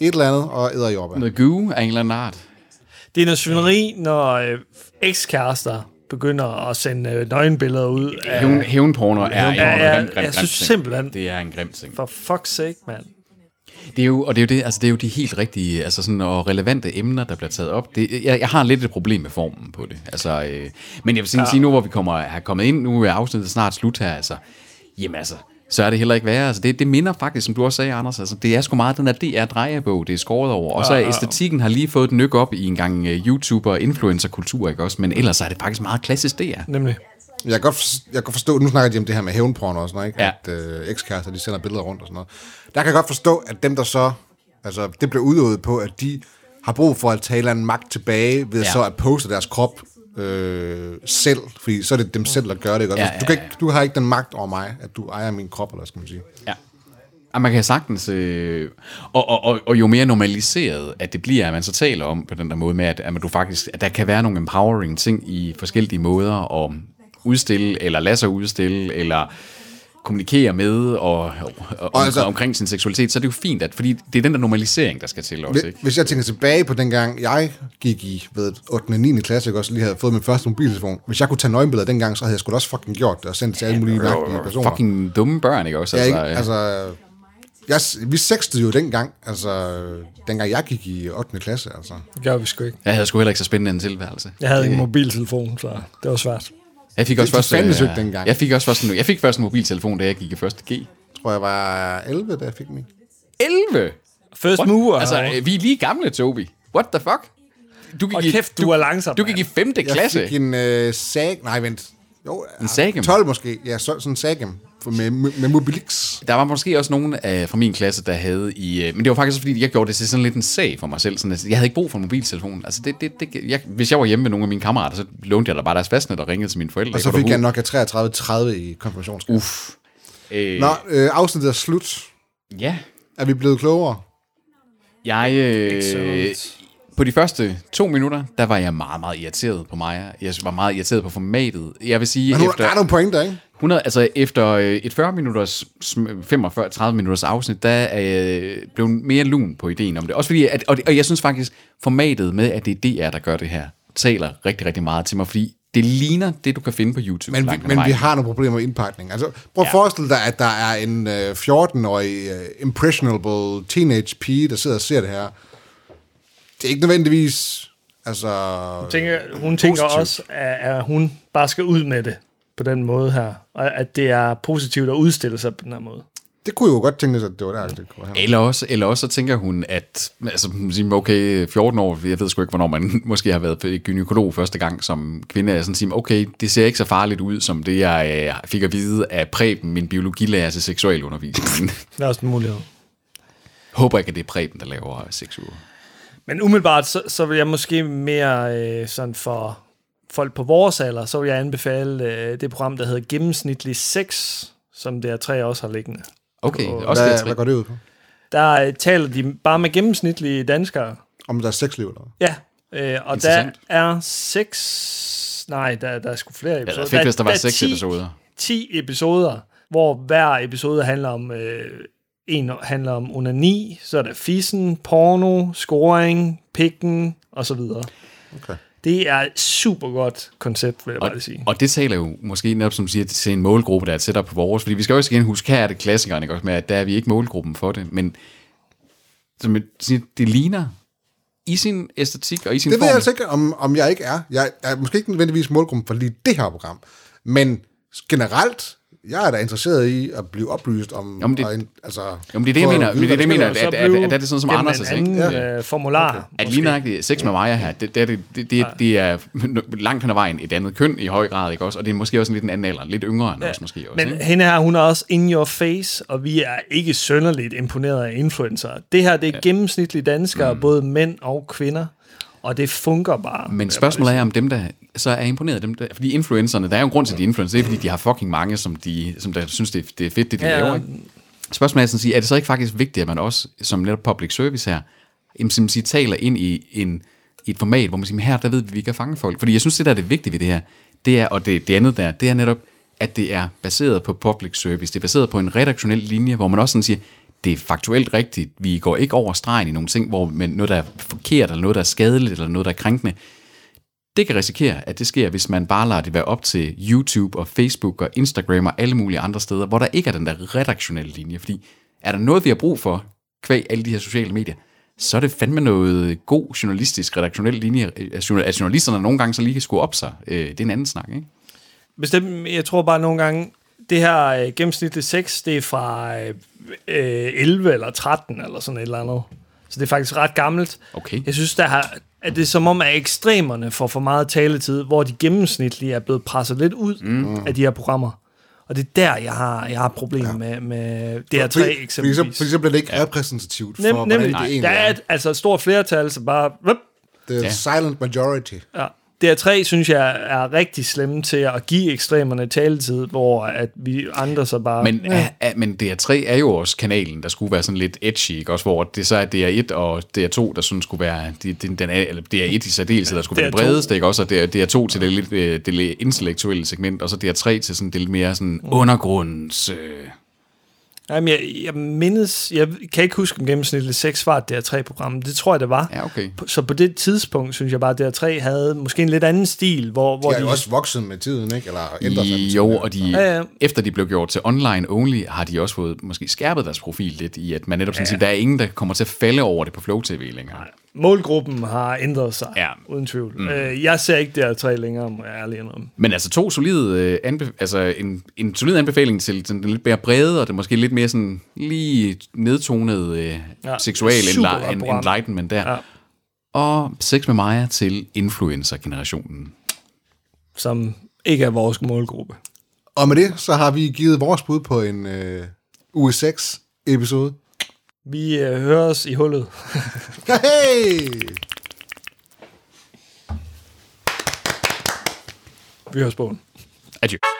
Speaker 2: et eller andet og æder jordbær.
Speaker 3: Noget goo af en eller anden art.
Speaker 1: Det er noget svineri, når øh, ekskærester begynder at sende øh, nøgenbilleder ud af...
Speaker 3: Hævn, hævnporno er en
Speaker 1: ja, ja,
Speaker 3: grim, grim,
Speaker 1: jeg
Speaker 3: grim
Speaker 1: synes
Speaker 3: ting.
Speaker 1: simpelthen-
Speaker 3: Det er en grim ting.
Speaker 1: For fuck's sake, mand.
Speaker 3: Det er jo, og det er jo, det, altså, det er jo de helt rigtige altså sådan, og relevante emner, der bliver taget op. Det, jeg, jeg har lidt et problem med formen på det. Altså, øh, men jeg vil sådan ja. sige, nu hvor vi kommer, er kommet ind, nu er afsnittet snart slut her, altså, jamen altså, så er det heller ikke værre. Altså, det, det minder faktisk, som du også sagde, Anders, altså, det er sgu meget den der DR-drejebog, det er skåret over. Og så er æstetikken har lige fået den nyk op i en gang øh, YouTuber- og influencer-kultur, ikke også? Men ellers er det faktisk meget klassisk DR.
Speaker 1: Nemlig.
Speaker 2: Jeg kan, godt, for- jeg kan forstå, nu snakker de om det her med hævnporno og sådan noget, ikke?
Speaker 3: Ja.
Speaker 2: at øh, ekskærester de sender billeder rundt og sådan noget. Der kan jeg godt forstå, at dem der så, altså det bliver udøvet på, at de har brug for at tale en magt tilbage ved
Speaker 3: Ja.
Speaker 2: ja. så at poste deres krop øh, selv, fordi så er det dem selv, der gør det. Ikke?
Speaker 3: Ja,
Speaker 2: Ja,
Speaker 3: ja,
Speaker 2: du, kan ikke, du har ikke den magt over mig, at du ejer min krop, eller hvad skal man sige.
Speaker 3: Ja. Og man kan sagtens, øh, og, og, og, og jo mere normaliseret, at det bliver, at man så taler om på den der måde med, at, at, du faktisk, at der kan være nogle empowering ting i forskellige måder at udstille, eller lade sig udstille, eller kommunikere med og, og, og
Speaker 2: Og
Speaker 3: altså,
Speaker 2: altså-
Speaker 3: omkring sin seksualitet, så er det jo fint, at, fordi det er den der normalisering, der skal til også,
Speaker 2: Hvis,
Speaker 3: ikke?
Speaker 2: hvis jeg tænker tilbage på dengang, jeg gik i ved 8. og 9. klasse, jeg også lige havde fået min første mobiltelefon. Hvis jeg kunne tage nøgenbilleder dengang, så havde jeg sgu da også fucking gjort det og sendt det til alle mulige mærkelige personer.
Speaker 3: Fucking dumme børn, ikke også?
Speaker 2: Ja, ikke?
Speaker 3: øh,
Speaker 2: Altså, jeg, vi sextede jo dengang, altså, dengang jeg gik i 8. klasse, altså.
Speaker 1: Det gør vi sgu ikke.
Speaker 3: jeg havde sgu heller ikke så spændende en tilværelse.
Speaker 1: Jeg havde en mobiltelefon, så det var svært.
Speaker 3: Jeg fik også
Speaker 2: det
Speaker 3: først,
Speaker 2: fandtes jo
Speaker 3: øh,
Speaker 2: ikke dengang.
Speaker 3: jeg fik også først, en- jeg fik først en mobiltelefon, da jeg gik i første G.
Speaker 2: Jeg tror, jeg var 11, da jeg fik min.
Speaker 3: 11!
Speaker 1: First
Speaker 3: What?
Speaker 1: mover.
Speaker 3: Altså,
Speaker 1: og-
Speaker 3: øh, vi er lige gamle, Toby. What the fuck? Du gik
Speaker 1: og
Speaker 3: i-
Speaker 1: kæft, du, er langsom.
Speaker 3: Du gik i 5.
Speaker 2: Jeg
Speaker 3: klasse.
Speaker 2: fik en øh, sag... Nej, vent. Jo, en
Speaker 3: sagem?
Speaker 2: 12 måske. Ja, så, sådan en sagem. For med, med Mobilix.
Speaker 3: Der var måske også nogen øh, fra min klasse, der havde i... Øh, men det var faktisk også, fordi, jeg gjorde det til sådan lidt en sag for mig selv. Sådan, at jeg havde ikke brug for en mobiltelefon. Altså, det, det, det, jeg, hvis jeg var hjemme med nogle af mine kammerater, så lånte jeg da bare deres fastnet og ringede til mine forældre.
Speaker 2: Og så
Speaker 3: var
Speaker 2: fik jeg
Speaker 3: derude.
Speaker 2: nok af 33-30 i konfirmationsgave.
Speaker 3: Uff. Øh,
Speaker 2: Nå, øh, afsnittet er slut.
Speaker 3: Ja.
Speaker 2: Er vi blevet klogere?
Speaker 3: Jeg... Øh,
Speaker 1: Excellent.
Speaker 3: På de første to minutter, der var jeg meget, meget irriteret på Maja. Jeg var meget irriteret på formatet. Jeg vil sige,
Speaker 2: Men hun, der
Speaker 3: efter,
Speaker 2: er nogle pointer, ikke?
Speaker 3: 100, altså efter øh, et 40 minutters, 45-30 minutters afsnit, der er øh, blevet mere lun på ideen om det. Også fordi, at, og, det- og jeg synes faktisk, formatet med, at det er DR, der gør det her, taler rigtig, rigtig meget til mig, fordi det ligner det, du kan finde på YouTube.
Speaker 2: Men,
Speaker 3: langt hen
Speaker 2: vi, men vi
Speaker 3: ad vejen.
Speaker 2: har nogle problemer med indpakning. Altså, prøv at ja. forestille dig, at der er en øh, 14-årig øh, impressionable teenage pige, der sidder og ser det her. Det er ikke nødvendigvis... Altså,
Speaker 1: tænker, hun tænker
Speaker 2: Positivt.
Speaker 1: også, at, at hun bare skal ud med det på den måde her, og at det er positivt at udstille sig på den her måde.
Speaker 2: det kunne jo godt tænkes, at det var der, det kunne
Speaker 3: Eller også, eller også så tænker hun, at altså, hun siger, okay, 14 år, jeg ved sgu ikke, hvornår man måske har været gynekolog første gang som kvinde, er sådan siger, okay, det ser ikke så farligt ud, som det, jeg øh, fik at vide af Preben, min biologilærer til seksualundervisning.
Speaker 1: Det er også en mulighed.
Speaker 3: Håber ikke, at det er Preben, der laver seks uger.
Speaker 1: Men umiddelbart, så, så vil jeg måske mere øh, sådan for folk på vores alder, så vil jeg anbefale øh, det program, der hedder Gennemsnitlig 6, som DR3 også har liggende.
Speaker 3: Okay,
Speaker 1: Og
Speaker 3: også
Speaker 2: hvad,
Speaker 3: det
Speaker 2: hvad
Speaker 3: er
Speaker 2: går det ud på?
Speaker 1: Der øh, taler de bare med gennemsnitlige danskere.
Speaker 2: Om der er sexliv eller hvad?
Speaker 1: Ja, øh, og der
Speaker 3: Interessant.
Speaker 1: er seks... Nej, der, der er sgu flere episoder.
Speaker 3: det er fedt, hvis der var seks
Speaker 1: 10
Speaker 3: episoder.
Speaker 1: 10 episoder, hvor hver episode handler om, øh, en handler om onani, så er der fissen, porno, scoring, pikken og så videre.
Speaker 2: Okay.
Speaker 1: Det er et super godt koncept, vil jeg bare lige sige.
Speaker 3: Og det taler jo måske netop, som du siger, til en målgruppe, der er tættere på vores. Fordi vi skal også igen huske, her er det klassikeren, ikke? Også med, at der er vi ikke målgruppen for det. Men som jeg siger, det ligner i sin æstetik og i sin
Speaker 2: Det ved
Speaker 3: form.
Speaker 2: jeg altså ikke, om, om jeg ikke er. Jeg er måske ikke nødvendigvis målgruppen for lige det her program, men generelt, jeg er da interesseret i at blive oplyst om...
Speaker 3: Jamen, det-
Speaker 2: og en- altså,
Speaker 3: Jamen, det er det, jeg
Speaker 2: for at
Speaker 3: mener.
Speaker 2: vide,
Speaker 3: Men det er det, jeg
Speaker 2: hvad
Speaker 3: mener,
Speaker 2: der
Speaker 3: at,
Speaker 2: sker.
Speaker 1: Så
Speaker 3: at, at,
Speaker 1: blev
Speaker 3: at, at det er sådan som
Speaker 1: gennem
Speaker 3: Anders'
Speaker 1: en
Speaker 3: ikke?
Speaker 1: anden ja. formular.
Speaker 3: At lige nøjagtigt sex med Maja her, det, det, er det, det, det, det er langt hen ad vejen et andet køn i høj grad, ikke også? Og det er måske også en lidt en anden alder, lidt yngre end os måske også,
Speaker 1: Men
Speaker 3: ikke?
Speaker 1: hende her, hun er også in your face, og vi er ikke sønderligt imponeret af influencer. Det her, det er gennemsnitlige danskere, mm. både mænd og kvinder, og det fungerer bare.
Speaker 3: Men spørgsmålet er, om dem, der så er imponeret, dem der, fordi influencerne, der er jo en grund til, at de er influencer, det er, fordi de har fucking mange, som, de, som der synes, det er, det er fedt, det de
Speaker 1: Ja,
Speaker 3: ja, laver.
Speaker 1: ja.
Speaker 3: Ikke? Spørgsmålet er sådan at sige, er det så ikke faktisk vigtigt, at man også, som netop public service her, jamen, som siger, taler ind i, en, i et format, hvor man siger, "Men her der ved vi, at vi kan fange folk. Fordi jeg synes, det der er det vigtige ved det her, det er, og det, det andet der, det er netop, at det er baseret på public service. Det er baseret på en redaktionel linje, hvor man også sådan siger, det er faktuelt rigtigt. Vi går ikke over stregen i nogle ting, hvor men noget, der er forkert, eller noget, der er skadeligt, eller noget, der er krænkende det kan risikere, at det sker, hvis man bare lader det være op til YouTube og Facebook og Instagram og alle mulige andre steder, hvor der ikke er den der redaktionelle linje. Fordi er der noget, vi har brug for, kvæg alle de her sociale medier, så er det fandme noget god journalistisk redaktionel linje, øh, at journal- at journalisterne nogle gange så lige kan skrue op sig. Øh, Det er en anden snak, ikke?
Speaker 1: Bestemt, jeg tror bare nogle gange, det her øh, gennemsnitlige 6, det er fra øh, øh, 11 eller 13 eller sådan et eller andet. Så det er faktisk ret gammelt.
Speaker 3: Okay.
Speaker 1: Jeg synes, der har, at det er som om, at ekstremerne får for meget taletid, hvor de gennemsnitlige er blevet presset lidt ud mm. af de her programmer. Og det er der, jeg har, jeg har problemer ja. med, med DR3
Speaker 2: Fordi-
Speaker 1: eksempelvis.
Speaker 2: Fordi så, fordi så bliver det ikke ja. repræsentativt for,
Speaker 1: Nem,
Speaker 2: hvordan
Speaker 1: nemlig,
Speaker 2: det egentlig
Speaker 1: der er
Speaker 2: er.
Speaker 1: et, altså et stort flertal, så bare... Vup,
Speaker 2: The
Speaker 3: Ja.
Speaker 2: silent majority.
Speaker 1: Ja. DR3, synes jeg, er rigtig slemme til at give ekstremerne taletid, hvor at vi andre så bare...
Speaker 3: Men,
Speaker 1: ja,
Speaker 3: ja. er, men DR3 er jo også kanalen, der skulle være sådan lidt edgy, ikke? Også hvor det så er DR1 og DR2, der sådan skulle være, de- den, den, eller DR1 i særdeleshed, der skulle være det
Speaker 1: DR2.
Speaker 3: bredeste, ikke? Også og DR, DR2 til det lidt øh, det lidt intellektuelle segment, og så DR3 til sådan det lidt mere
Speaker 1: Mm.
Speaker 3: sådan undergrunds... Øh,
Speaker 1: Jamen, jeg, jeg mindes... Jeg kan ikke huske, om gennemsnitligt 6 var DR3-programmet. Det tror jeg, det var.
Speaker 3: ja, okay.
Speaker 1: På- Så på det tidspunkt, synes jeg bare, at DR3 havde måske en lidt anden stil, hvor, hvor
Speaker 2: De er jo også vokset med tiden, ikke? Eller ændret sig. med
Speaker 3: Jo,
Speaker 2: tiden.
Speaker 3: og de,
Speaker 1: Ja, ja.
Speaker 3: efter de blev gjort til online only, har de også fået måske skærpet deres profil lidt i, at man netop sådan ja. siger, der er ingen, der kommer til at falde over det på Flow TV længere. Nej.
Speaker 1: målgruppen har ændret sig,
Speaker 3: Ja.
Speaker 1: uden tvivl. Mm. Jeg ser ikke DR3 længere, må jeg ærlig indrømme.
Speaker 3: Men altså to solide, øh, anbe- altså en, en solid anbefaling til sådan den lidt mere brede, og det måske lidt mere sådan lige nedtonede øh,
Speaker 1: Ja,
Speaker 3: ja, seksual
Speaker 1: super
Speaker 3: enla-
Speaker 1: godt
Speaker 3: en,
Speaker 1: program.
Speaker 3: enlightenment der.
Speaker 1: Ja.
Speaker 3: Ja. Og sex med Maja til influencer-generationen.
Speaker 1: Som ikke er vores målgruppe.
Speaker 2: Og med det, så har vi givet vores bud på en øh, uge 6 episode.
Speaker 1: Vi øh, hører os i hullet.
Speaker 2: Hey!
Speaker 1: Vi høres på.
Speaker 3: Adieu.